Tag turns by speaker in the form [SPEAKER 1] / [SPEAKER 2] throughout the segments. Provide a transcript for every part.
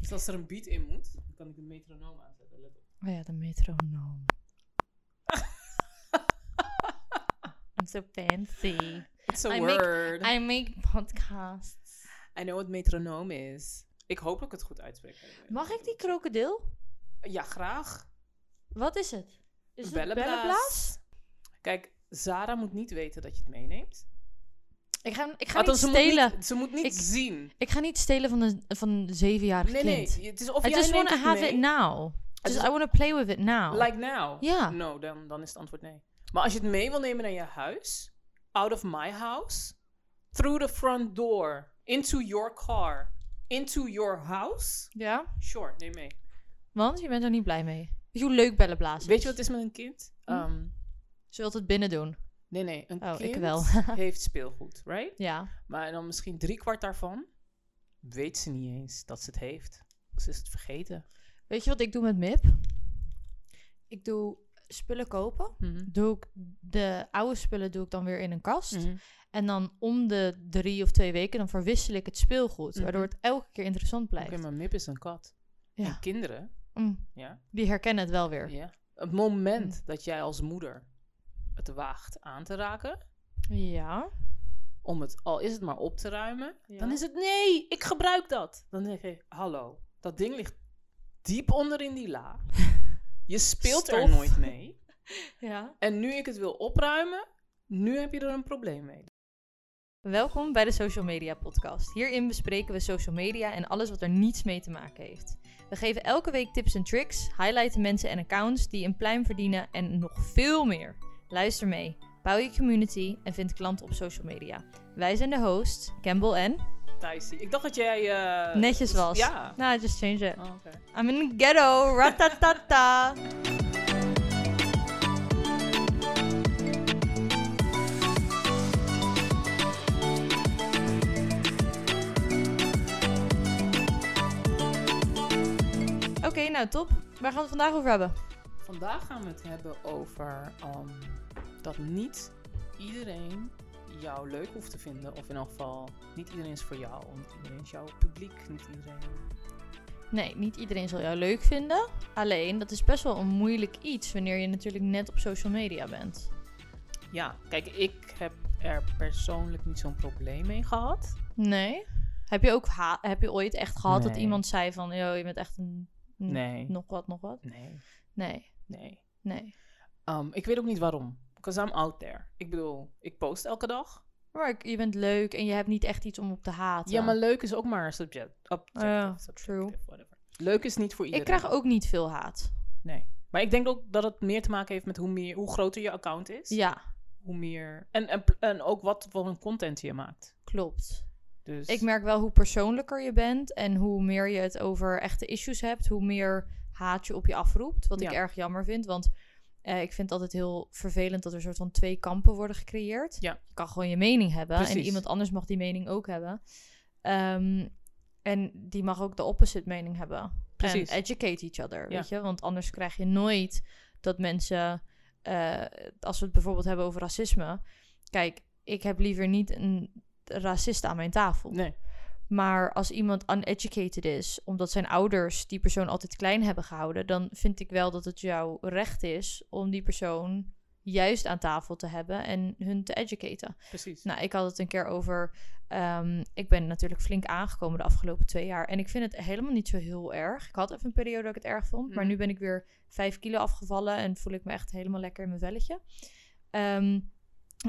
[SPEAKER 1] Dus als er een beat in moet, dan kan ik een metronoom aanzetten. Let op.
[SPEAKER 2] Oh ja, de metronoom. I'm so fancy.
[SPEAKER 1] It's a
[SPEAKER 2] I make-
[SPEAKER 1] word.
[SPEAKER 2] I make podcasts.
[SPEAKER 1] I know what metronoom is. Ik hoop dat ik het goed uitspreek.
[SPEAKER 2] Mag ik die krokodil?
[SPEAKER 1] Ja, graag.
[SPEAKER 2] Wat is het? Is het
[SPEAKER 1] Bellenblaas.
[SPEAKER 2] bellenblaas?
[SPEAKER 1] Kijk, Zara moet niet weten dat je het meeneemt.
[SPEAKER 2] Ik ga, ik ga
[SPEAKER 1] Althans,
[SPEAKER 2] niet
[SPEAKER 1] ze moet
[SPEAKER 2] stelen.
[SPEAKER 1] niet, ze moet niet
[SPEAKER 2] Ik-
[SPEAKER 1] zien.
[SPEAKER 2] Ik ga niet stelen van een, van een zevenjarig
[SPEAKER 1] Nee,
[SPEAKER 2] kind.
[SPEAKER 1] nee. Het is of
[SPEAKER 2] I
[SPEAKER 1] jij
[SPEAKER 2] just
[SPEAKER 1] neemt
[SPEAKER 2] want to
[SPEAKER 1] het
[SPEAKER 2] have
[SPEAKER 1] mee,
[SPEAKER 2] it now.
[SPEAKER 1] Het
[SPEAKER 2] Just
[SPEAKER 1] is-
[SPEAKER 2] I want to play with it now.
[SPEAKER 1] Like now.
[SPEAKER 2] Ja.
[SPEAKER 1] No, dan, dan is het antwoord nee. Maar als je het mee wil nemen naar je huis, out of my house, through the front door, into your car, into your house,
[SPEAKER 2] ja?
[SPEAKER 1] sure, neem mee.
[SPEAKER 2] Want je bent er niet blij mee. Weet je hoe leuk bellenblaas is?
[SPEAKER 1] Weet je wat het is met een kind?
[SPEAKER 2] Hm.
[SPEAKER 1] Ehm,
[SPEAKER 2] Ze wilt het binnen doen.
[SPEAKER 1] nee, nee, een
[SPEAKER 2] Oh, ik
[SPEAKER 1] kind
[SPEAKER 2] wel.
[SPEAKER 1] heeft speelgoed, right?
[SPEAKER 2] Ja.
[SPEAKER 1] Maar dan misschien driekwart daarvan weet ze niet eens dat ze het heeft. Ze is het vergeten.
[SPEAKER 2] Weet je wat ik doe met MIP? Ik doe spullen kopen.
[SPEAKER 1] Mhm.
[SPEAKER 2] Doe ik de oude spullen doe ik dan weer in een kast.
[SPEAKER 1] Mhm.
[SPEAKER 2] En dan om de drie of twee weken dan verwissel ik het speelgoed.
[SPEAKER 1] Mhm.
[SPEAKER 2] Waardoor het elke keer interessant
[SPEAKER 1] Oké,
[SPEAKER 2] blijft.
[SPEAKER 1] maar Mip is een kat.
[SPEAKER 2] Ja.
[SPEAKER 1] En kinderen,
[SPEAKER 2] Mm.
[SPEAKER 1] ja.
[SPEAKER 2] Die herkennen het wel weer.
[SPEAKER 1] ja. Het moment
[SPEAKER 2] Mhm.
[SPEAKER 1] dat jij als moeder het waagt aan te raken,
[SPEAKER 2] Ja.
[SPEAKER 1] om het, al is het maar op te ruimen,
[SPEAKER 2] Ja.
[SPEAKER 1] dan is het nee, ik gebruik dat. Dan denk ik, hallo, dat ding ligt diep onder in die la. Je speelt er
[SPEAKER 2] Stof.
[SPEAKER 1] nooit mee.
[SPEAKER 2] ja.
[SPEAKER 1] En nu ik het wil opruimen, nu heb je er een probleem mee.
[SPEAKER 2] Welkom bij de Social Media Podcast. Hierin bespreken we social media en alles wat er niets mee te maken heeft. We geven elke week tips en tricks, highlighten mensen en accounts die een pluim verdienen en nog veel meer. Luister mee, bouw je community en vind klanten op social media. Wij zijn de hosts, Campbell en...
[SPEAKER 1] Thijsie, ik dacht dat jij... eh,
[SPEAKER 2] Netjes was.
[SPEAKER 1] Ja.
[SPEAKER 2] Nou, I just change it.
[SPEAKER 1] Oh, oké.
[SPEAKER 2] I'm in the ghetto, ratatata. Oké, nou top. Waar gaan we het vandaag over hebben?
[SPEAKER 1] Vandaag gaan we het hebben over ehm, dat niet iedereen jou leuk hoeft te vinden. Of in elk geval, niet iedereen is voor jou. Niet iedereen is jouw publiek. Niet iedereen.
[SPEAKER 2] Nee, niet iedereen zal jou leuk vinden. Alleen, dat is best wel een moeilijk iets wanneer je natuurlijk net op social media bent.
[SPEAKER 1] Ja, kijk, ik heb er persoonlijk niet zo'n probleem mee gehad.
[SPEAKER 2] Nee? Heb je, ook ha- heb je ooit echt gehad dat
[SPEAKER 1] Nee.
[SPEAKER 2] iemand zei van... Yo, je bent echt een... n-
[SPEAKER 1] Nee.
[SPEAKER 2] Nog wat, nog wat?
[SPEAKER 1] Nee,
[SPEAKER 2] Nee,
[SPEAKER 1] nee.
[SPEAKER 2] nee.
[SPEAKER 1] Ehm, ik weet ook niet waarom. Because I'm out there. Ik bedoel, ik post elke dag.
[SPEAKER 2] Maar ik- je bent leuk en je hebt niet echt iets om op te haten.
[SPEAKER 1] Ja, maar leuk is ook maar subject. Objective,
[SPEAKER 2] Ja,
[SPEAKER 1] subjective,
[SPEAKER 2] true.
[SPEAKER 1] whatever. Leuk is niet voor
[SPEAKER 2] ik
[SPEAKER 1] iedereen.
[SPEAKER 2] krijg ook niet veel haat.
[SPEAKER 1] Nee. Maar ik denk ook dat het meer te maken heeft met hoe, meer, hoe groter je account is.
[SPEAKER 2] Ja,
[SPEAKER 1] Hoe meer... En, en, en ook wat voor een content je maakt.
[SPEAKER 2] klopt.
[SPEAKER 1] Dus
[SPEAKER 2] Ik merk wel hoe persoonlijker je bent en hoe meer je het over echte issues hebt, hoe meer haat je op je afroept. Wat ik
[SPEAKER 1] Ja.
[SPEAKER 2] erg jammer vind, want eh, ik vind het altijd heel vervelend dat er soort van twee kampen worden gecreëerd.
[SPEAKER 1] Ja.
[SPEAKER 2] Je kan gewoon je mening hebben en
[SPEAKER 1] Precies.
[SPEAKER 2] iemand anders mag die mening ook hebben. Ehm, en die mag ook de opposite mening hebben.
[SPEAKER 1] Precies.
[SPEAKER 2] En educate each other,
[SPEAKER 1] Ja.
[SPEAKER 2] weet je? Want anders krijg je nooit dat mensen... eh, als we het bijvoorbeeld hebben over racisme... Kijk, ik heb liever niet een racist aan mijn tafel.
[SPEAKER 1] Nee.
[SPEAKER 2] Maar als iemand uneducated is... omdat zijn ouders die persoon altijd klein hebben gehouden... dan vind ik wel dat het jouw recht is... om die persoon juist aan tafel te hebben en hun te educaten.
[SPEAKER 1] Precies.
[SPEAKER 2] Nou, ik had het een keer over. ehm, ik ben natuurlijk flink aangekomen de afgelopen twee jaar. En ik vind het helemaal niet zo heel erg. Ik had even een periode dat ik het erg vond. Maar
[SPEAKER 1] Mm.
[SPEAKER 2] nu ben ik weer vijf kilo afgevallen. En voel ik me echt helemaal lekker in mijn velletje. Ehm,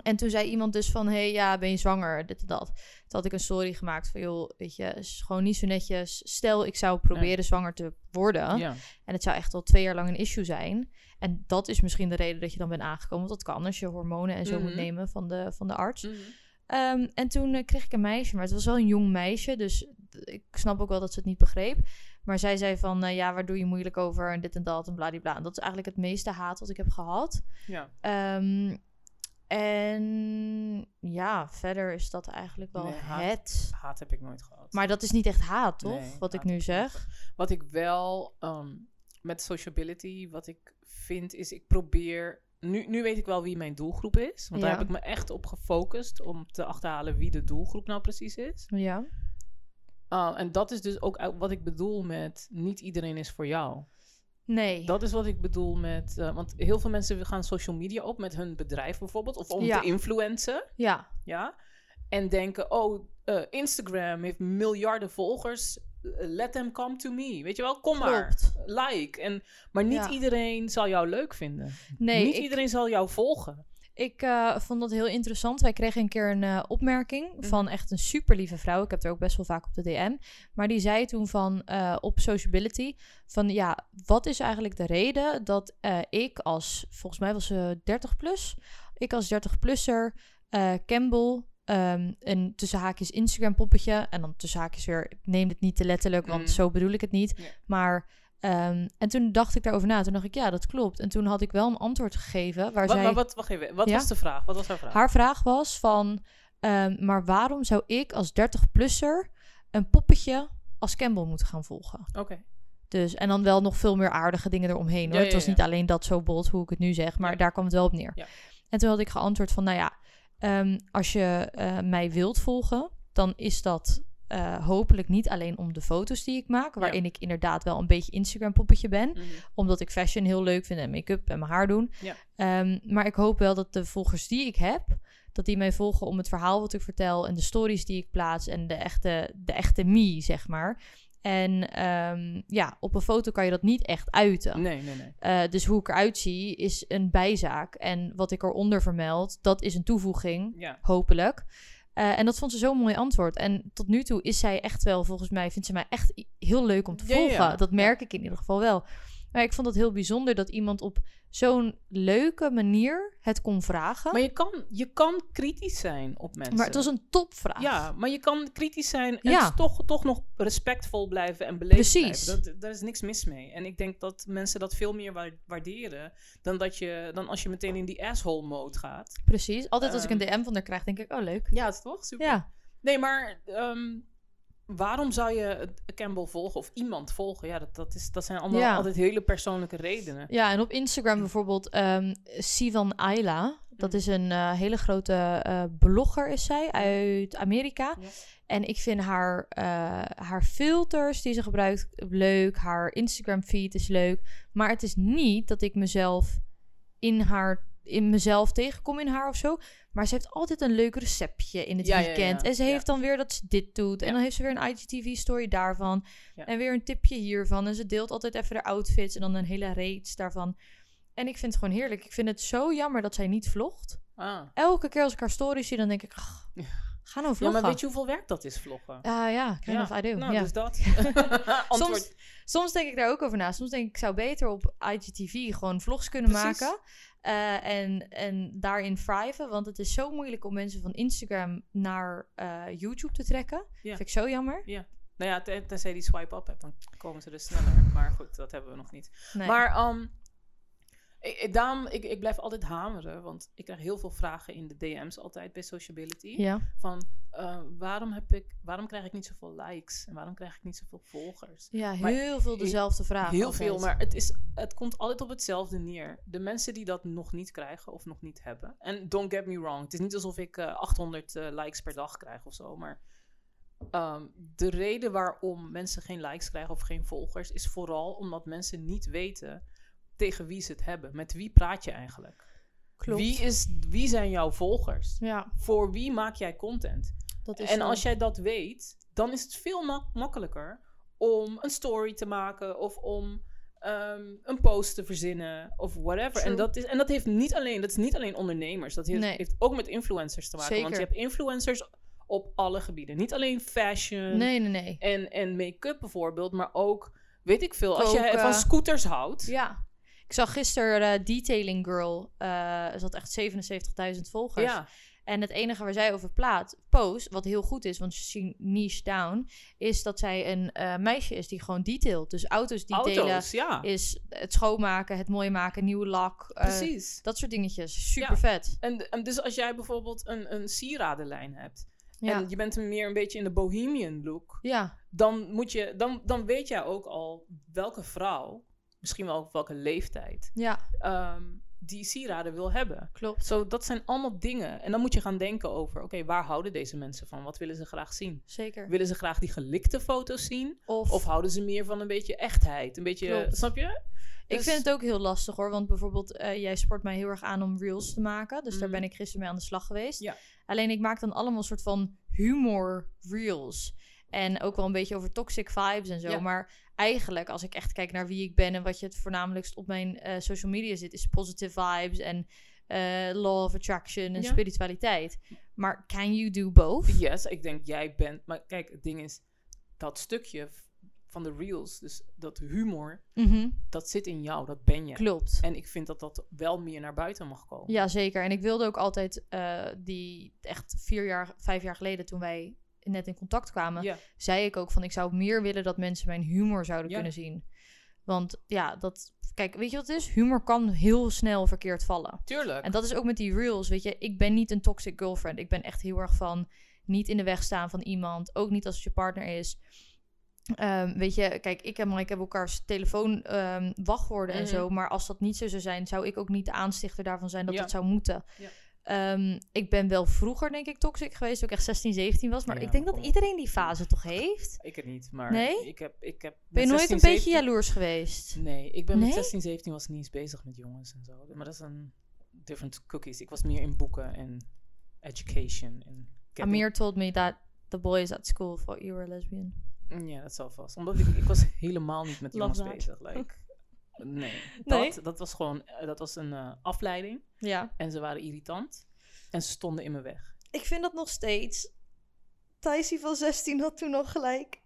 [SPEAKER 2] en toen zei iemand dus van, hé, hey, ja, ben je zwanger? Dit en dat. Toen had ik een story gemaakt van, joh, weet je, is gewoon niet zo netjes. Stel, ik zou proberen zwanger te worden.
[SPEAKER 1] ja.
[SPEAKER 2] En het zou echt al twee jaar lang een issue zijn. En dat is misschien de reden dat je dan bent aangekomen. Want dat kan als je hormonen en zo moet
[SPEAKER 1] Mhm.
[SPEAKER 2] nemen van de, van de arts.
[SPEAKER 1] Mhm.
[SPEAKER 2] Ehm, en toen eh, kreeg ik een meisje, maar het was wel een jong meisje, dus d- ik snap ook wel dat ze het niet begreep. Maar zij zei van, eh, ja, waar doe je moeilijk over en dit en dat en bladibla. En dat is eigenlijk het meeste haat wat ik heb gehad.
[SPEAKER 1] Ja.
[SPEAKER 2] Ehm, en ja, verder is dat eigenlijk wel
[SPEAKER 1] Nee, haat-
[SPEAKER 2] het.
[SPEAKER 1] Haat heb ik nooit gehad.
[SPEAKER 2] Maar dat is niet echt haat, toch?
[SPEAKER 1] Nee,
[SPEAKER 2] wat ik
[SPEAKER 1] haat
[SPEAKER 2] nu
[SPEAKER 1] heb nooit
[SPEAKER 2] zeg.
[SPEAKER 1] gehad. Wat ik wel ehm, met sociability, wat ik vind, is ik probeer. Nu, nu weet ik wel wie mijn doelgroep is. Want
[SPEAKER 2] Ja.
[SPEAKER 1] daar heb ik me echt op gefocust om te achterhalen wie de doelgroep nou precies is.
[SPEAKER 2] Ja.
[SPEAKER 1] Ah, en dat is dus ook uit- wat ik bedoel met niet iedereen is voor jou.
[SPEAKER 2] Nee.
[SPEAKER 1] Dat is wat ik bedoel met. eh, want heel veel mensen gaan social media op met hun bedrijf bijvoorbeeld. Of om
[SPEAKER 2] Ja.
[SPEAKER 1] te influencen.
[SPEAKER 2] Ja.
[SPEAKER 1] Ja? En denken: oh, eh, Instagram heeft miljarden volgers. eh, Let them come to me. Weet je wel, kom maar.
[SPEAKER 2] Klopt.
[SPEAKER 1] Like. En, maar niet
[SPEAKER 2] Ja.
[SPEAKER 1] iedereen zal jou leuk vinden.
[SPEAKER 2] Nee,
[SPEAKER 1] niet
[SPEAKER 2] ik,
[SPEAKER 1] iedereen zal jou volgen.
[SPEAKER 2] ik eh, vond dat heel interessant. Wij kregen een keer een eh, opmerking
[SPEAKER 1] Mhm.
[SPEAKER 2] van echt een super lieve vrouw. Ik heb er ook best wel vaak op de DM. Maar die zei toen van eh, op sociability: van ja, wat is eigenlijk de reden dat eh, ik als, volgens mij was ze 30 plus, ik als 30-plusser, eh, Campbell. ehm, een tussen haakjes Instagram poppetje. En dan tussen haakjes weer. Ik neem het niet te letterlijk, want
[SPEAKER 1] Mm.
[SPEAKER 2] zo bedoel ik het niet.
[SPEAKER 1] Ja.
[SPEAKER 2] Maar. ehm, en toen dacht ik daarover na. Toen dacht ik, ja, dat klopt. En toen had ik wel een antwoord gegeven. Waar
[SPEAKER 1] Wat,
[SPEAKER 2] zij...
[SPEAKER 1] maar wat, wacht even, wat
[SPEAKER 2] Ja?
[SPEAKER 1] was de vraag? Wat was haar vraag?
[SPEAKER 2] Haar vraag was van, ehm, maar waarom zou ik als 30-plusser een poppetje als Campbell moeten gaan volgen?
[SPEAKER 1] Oké.
[SPEAKER 2] Dus, en dan wel nog veel meer aardige dingen eromheen. Hoor.
[SPEAKER 1] Ja, ja,
[SPEAKER 2] Het was
[SPEAKER 1] ja.
[SPEAKER 2] niet alleen dat zo bold hoe ik het nu zeg, maar
[SPEAKER 1] Ja.
[SPEAKER 2] daar kwam het wel op neer.
[SPEAKER 1] Ja.
[SPEAKER 2] En toen had ik geantwoord van, nou ja, ehm, als je eh, mij wilt volgen, dan is dat eh, hopelijk niet alleen om de foto's die ik maak, waarin ik inderdaad wel een beetje Instagram poppetje ben
[SPEAKER 1] Mhm.
[SPEAKER 2] omdat ik fashion heel leuk vind en make-up en mijn haar doen.
[SPEAKER 1] Ja.
[SPEAKER 2] Ehm, maar ik hoop wel dat de volgers die ik heb, dat die mij volgen om het verhaal wat ik vertel en de stories die ik plaats en de echte, de echte me, zeg maar. En ehm, ja, op een foto kan je dat niet echt uiten.
[SPEAKER 1] Nee, nee, nee.
[SPEAKER 2] Eh, dus hoe ik eruit zie is een bijzaak. En wat ik eronder vermeld, dat is een toevoeging
[SPEAKER 1] Ja.
[SPEAKER 2] hopelijk. Eh, en dat vond ze zo'n mooi antwoord. En tot nu toe is zij echt wel, volgens mij, vindt ze mij echt i- heel leuk om te
[SPEAKER 1] Ja, ja,
[SPEAKER 2] volgen.
[SPEAKER 1] ja.
[SPEAKER 2] Dat merk ik in ieder geval wel. Maar ik vond het heel bijzonder dat iemand op zo'n leuke manier het kon vragen.
[SPEAKER 1] Maar je kan, je kan kritisch zijn op mensen.
[SPEAKER 2] Maar het was een topvraag.
[SPEAKER 1] Ja, maar je kan kritisch zijn en
[SPEAKER 2] Ja.
[SPEAKER 1] toch, toch nog respectvol blijven en beleefd
[SPEAKER 2] Precies.
[SPEAKER 1] blijven. Dat, daar is niks mis mee. En ik denk dat mensen dat veel meer wa- waarderen dan, dat je, dan als je meteen in die asshole mode gaat.
[SPEAKER 2] Precies. Altijd als ik een
[SPEAKER 1] Ehm.
[SPEAKER 2] DM van haar krijg, denk ik, oh leuk.
[SPEAKER 1] Ja, is toch? Super.
[SPEAKER 2] Ja,
[SPEAKER 1] Nee, maar ehm, waarom zou je het- Campbell volgen of iemand volgen? Ja, dat, dat, is, dat zijn allemaal
[SPEAKER 2] Ja.
[SPEAKER 1] altijd hele persoonlijke redenen.
[SPEAKER 2] ja en op Instagram bijvoorbeeld ehm Sivan Ayla. Dat
[SPEAKER 1] Mm.
[SPEAKER 2] is een eh, hele grote eh, blogger, is zij, uit Amerika.
[SPEAKER 1] Ja.
[SPEAKER 2] En ik vind haar, eh, haar filters die ze gebruikt leuk. Haar Instagram feed is leuk. Maar het is niet dat ik mezelf in haar in mezelf tegenkom in haar of zo. Maar ze heeft altijd een leuk receptje in het
[SPEAKER 1] Ja, ja,
[SPEAKER 2] weekend.
[SPEAKER 1] ja.
[SPEAKER 2] En ze
[SPEAKER 1] Ja.
[SPEAKER 2] heeft dan weer dat ze dit doet. En
[SPEAKER 1] Ja.
[SPEAKER 2] dan heeft ze weer een IGTV-story daarvan.
[SPEAKER 1] Ja.
[SPEAKER 2] En weer een tipje hiervan. En ze deelt altijd even de outfits en dan een hele reeks daarvan. En ik vind het gewoon heerlijk. Ik vind het zo jammer dat zij niet vlogt.
[SPEAKER 1] Ah.
[SPEAKER 2] Elke keer als ik haar stories zie, dan denk ik... "Ach,
[SPEAKER 1] Ja.
[SPEAKER 2] ga nou
[SPEAKER 1] Ja,
[SPEAKER 2] vloggen.
[SPEAKER 1] maar weet je hoeveel werk dat is, vloggen?
[SPEAKER 2] Ah ja, kind
[SPEAKER 1] Ja.
[SPEAKER 2] of I do.
[SPEAKER 1] nou,
[SPEAKER 2] ja.
[SPEAKER 1] dus dat. Antwoord.
[SPEAKER 2] soms, soms denk ik daar ook over na. Soms denk ik, ik zou beter op IGTV gewoon vlogs kunnen
[SPEAKER 1] Precies.
[SPEAKER 2] maken. eh, en, en daarin thriven. Want het is zo moeilijk om mensen van Instagram naar eh, YouTube te trekken. Vind ik zo jammer.
[SPEAKER 1] Nou ja, ten- tenzij je die swipe-up hebt, dan komen ze dus sneller. Maar goed, dat hebben we nog niet.
[SPEAKER 2] Nee.
[SPEAKER 1] Maar ehm, ik, ik- daarom, ik, ik blijf altijd hameren, want ik krijg heel veel vragen in de DM's altijd bij Sociability.
[SPEAKER 2] ja.
[SPEAKER 1] Van eh, waarom, heb ik, waarom krijg ik niet zoveel likes en waarom krijg ik niet zoveel volgers?
[SPEAKER 2] ja,
[SPEAKER 1] Maar
[SPEAKER 2] heel veel dezelfde vragen.
[SPEAKER 1] Heel
[SPEAKER 2] altijd.
[SPEAKER 1] veel, maar het, is, het komt altijd op hetzelfde neer. De mensen die dat nog niet krijgen of nog niet hebben. En don't get me wrong, het is niet alsof ik eh, 800 eh, likes per dag krijg of zo. Maar ehm, de reden waarom mensen geen likes krijgen of geen volgers is vooral omdat mensen niet weten tegen wie ze het hebben. Met wie praat je eigenlijk?
[SPEAKER 2] Klopt.
[SPEAKER 1] Wie, is, wie zijn jouw volgers?
[SPEAKER 2] Ja,
[SPEAKER 1] Voor wie maak jij content?
[SPEAKER 2] dat is
[SPEAKER 1] En
[SPEAKER 2] zo.
[SPEAKER 1] als jij dat weet, dan is het veel ma- makkelijker om een story te maken of om ehm, een post te verzinnen of whatever.
[SPEAKER 2] True.
[SPEAKER 1] En dat, is, en dat heeft niet alleen, dat is niet alleen ondernemers, dat heeft,
[SPEAKER 2] Nee.
[SPEAKER 1] heeft ook met influencers te maken. Want je
[SPEAKER 2] Zeker.
[SPEAKER 1] hebt influencers op alle gebieden. Niet alleen fashion
[SPEAKER 2] Nee, nee, nee.
[SPEAKER 1] en, en make-up bijvoorbeeld, maar ook, weet ik veel, als jij
[SPEAKER 2] Koken.
[SPEAKER 1] van scooters houdt.
[SPEAKER 2] Ja. Ik zag gisteren eh, Detailing Girl. eh ze had echt 77.000 volgers.
[SPEAKER 1] Ja,
[SPEAKER 2] En het enige waar zij over plaat, post, wat heel goed is, want she niche down, is dat zij een eh, meisje is die gewoon detailt. Dus auto's detailen
[SPEAKER 1] auto's, ja.
[SPEAKER 2] is het schoonmaken, het mooi maken, nieuwe lak. eh,
[SPEAKER 1] Precies.
[SPEAKER 2] dat soort dingetjes. Super
[SPEAKER 1] Ja.
[SPEAKER 2] vet.
[SPEAKER 1] En, en dus als jij bijvoorbeeld een, een sieradenlijn hebt
[SPEAKER 2] Ja.
[SPEAKER 1] en je bent meer een beetje in de bohemian look,
[SPEAKER 2] ja,
[SPEAKER 1] dan, moet je, dan, dan weet jij ook al welke vrouw, misschien wel op welke leeftijd,
[SPEAKER 2] ja,
[SPEAKER 1] ehm, die sieraden wil hebben.
[SPEAKER 2] Klopt.
[SPEAKER 1] Zo, dat zijn allemaal dingen. En dan moet je gaan denken over, oké, waar houden deze mensen van? Wat willen ze graag zien?
[SPEAKER 2] Zeker.
[SPEAKER 1] Willen ze graag die gelikte foto's zien?
[SPEAKER 2] Of,
[SPEAKER 1] Of houden ze meer van een beetje echtheid? Een beetje,
[SPEAKER 2] Klopt.
[SPEAKER 1] snap je?
[SPEAKER 2] ik
[SPEAKER 1] Dus-
[SPEAKER 2] vind het ook heel lastig hoor. Want bijvoorbeeld, eh, jij sport mij heel erg aan om reels te maken. Dus daar
[SPEAKER 1] Mhm.
[SPEAKER 2] ben ik gisteren mee aan de slag geweest.
[SPEAKER 1] Ja.
[SPEAKER 2] Alleen ik maak dan allemaal soort van humor reels. En ook wel een beetje over toxic vibes en zo.
[SPEAKER 1] Ja.
[SPEAKER 2] Maar eigenlijk, als ik echt kijk naar wie ik ben en wat je het voornamelijkst op mijn eh, social media zit, is positive vibes en eh, law of attraction en
[SPEAKER 1] Ja.
[SPEAKER 2] spiritualiteit. Maar can you do both?
[SPEAKER 1] Yes, ik denk jij bent. Maar kijk, het ding is, dat stukje v- van de reels, dus dat humor,
[SPEAKER 2] Mhm,
[SPEAKER 1] dat zit in jou, dat ben je.
[SPEAKER 2] Klopt.
[SPEAKER 1] En ik vind dat dat wel meer naar buiten mag komen.
[SPEAKER 2] Ja, zeker. En ik wilde ook altijd eh, die echt vier jaar, vijf jaar geleden toen wij net in contact kwamen,
[SPEAKER 1] Ja.
[SPEAKER 2] zei ik ook van ik zou meer willen dat mensen mijn humor zouden
[SPEAKER 1] Ja.
[SPEAKER 2] kunnen zien. Want ja, dat kijk, weet je wat het is? Humor kan heel snel verkeerd vallen.
[SPEAKER 1] tuurlijk.
[SPEAKER 2] En dat is ook met die reels, weet je. Ik ben niet een toxic girlfriend. Ik ben echt heel erg van niet in de weg staan van iemand. Ook niet als het je partner is. Ehm, weet je, kijk, ik en Mike hebben elkaars telefoon ehm, wachtwoorden en
[SPEAKER 1] Mhm.
[SPEAKER 2] zo. Maar als dat niet zo zou zijn, zou ik ook niet de aanstichter daarvan zijn dat
[SPEAKER 1] Ja.
[SPEAKER 2] dat zou moeten.
[SPEAKER 1] Ja.
[SPEAKER 2] Ehm, ik ben wel vroeger, denk ik, toxic geweest. Toen ik echt 16, 17 was. Maar
[SPEAKER 1] Ja,
[SPEAKER 2] ik denk dat
[SPEAKER 1] kom op.
[SPEAKER 2] iedereen die fase toch heeft.
[SPEAKER 1] Ik het niet, maar
[SPEAKER 2] Nee?
[SPEAKER 1] ik heb... Ik heb
[SPEAKER 2] Ben je
[SPEAKER 1] met
[SPEAKER 2] nooit een
[SPEAKER 1] 16,
[SPEAKER 2] beetje
[SPEAKER 1] 17
[SPEAKER 2] jaloers geweest?
[SPEAKER 1] Nee, ik ben
[SPEAKER 2] Nee?
[SPEAKER 1] met 16, 17 was ik niet eens bezig met jongens en zo. Maar dat is een different cookies. Ik was meer in boeken en education. En getting-
[SPEAKER 2] Amir told me that the boys at school thought you were a lesbian.
[SPEAKER 1] Ja, dat zal vast. Omdat ik, ik was helemaal niet met
[SPEAKER 2] Love
[SPEAKER 1] jongens bezig. Like, nee.
[SPEAKER 2] Nee?
[SPEAKER 1] Dat, dat was gewoon eh, dat was een eh, afleiding.
[SPEAKER 2] Ja.
[SPEAKER 1] En ze waren irritant. En ze stonden in mijn weg.
[SPEAKER 2] Ik vind dat nog steeds. Thijsie van 16 had toen nog gelijk.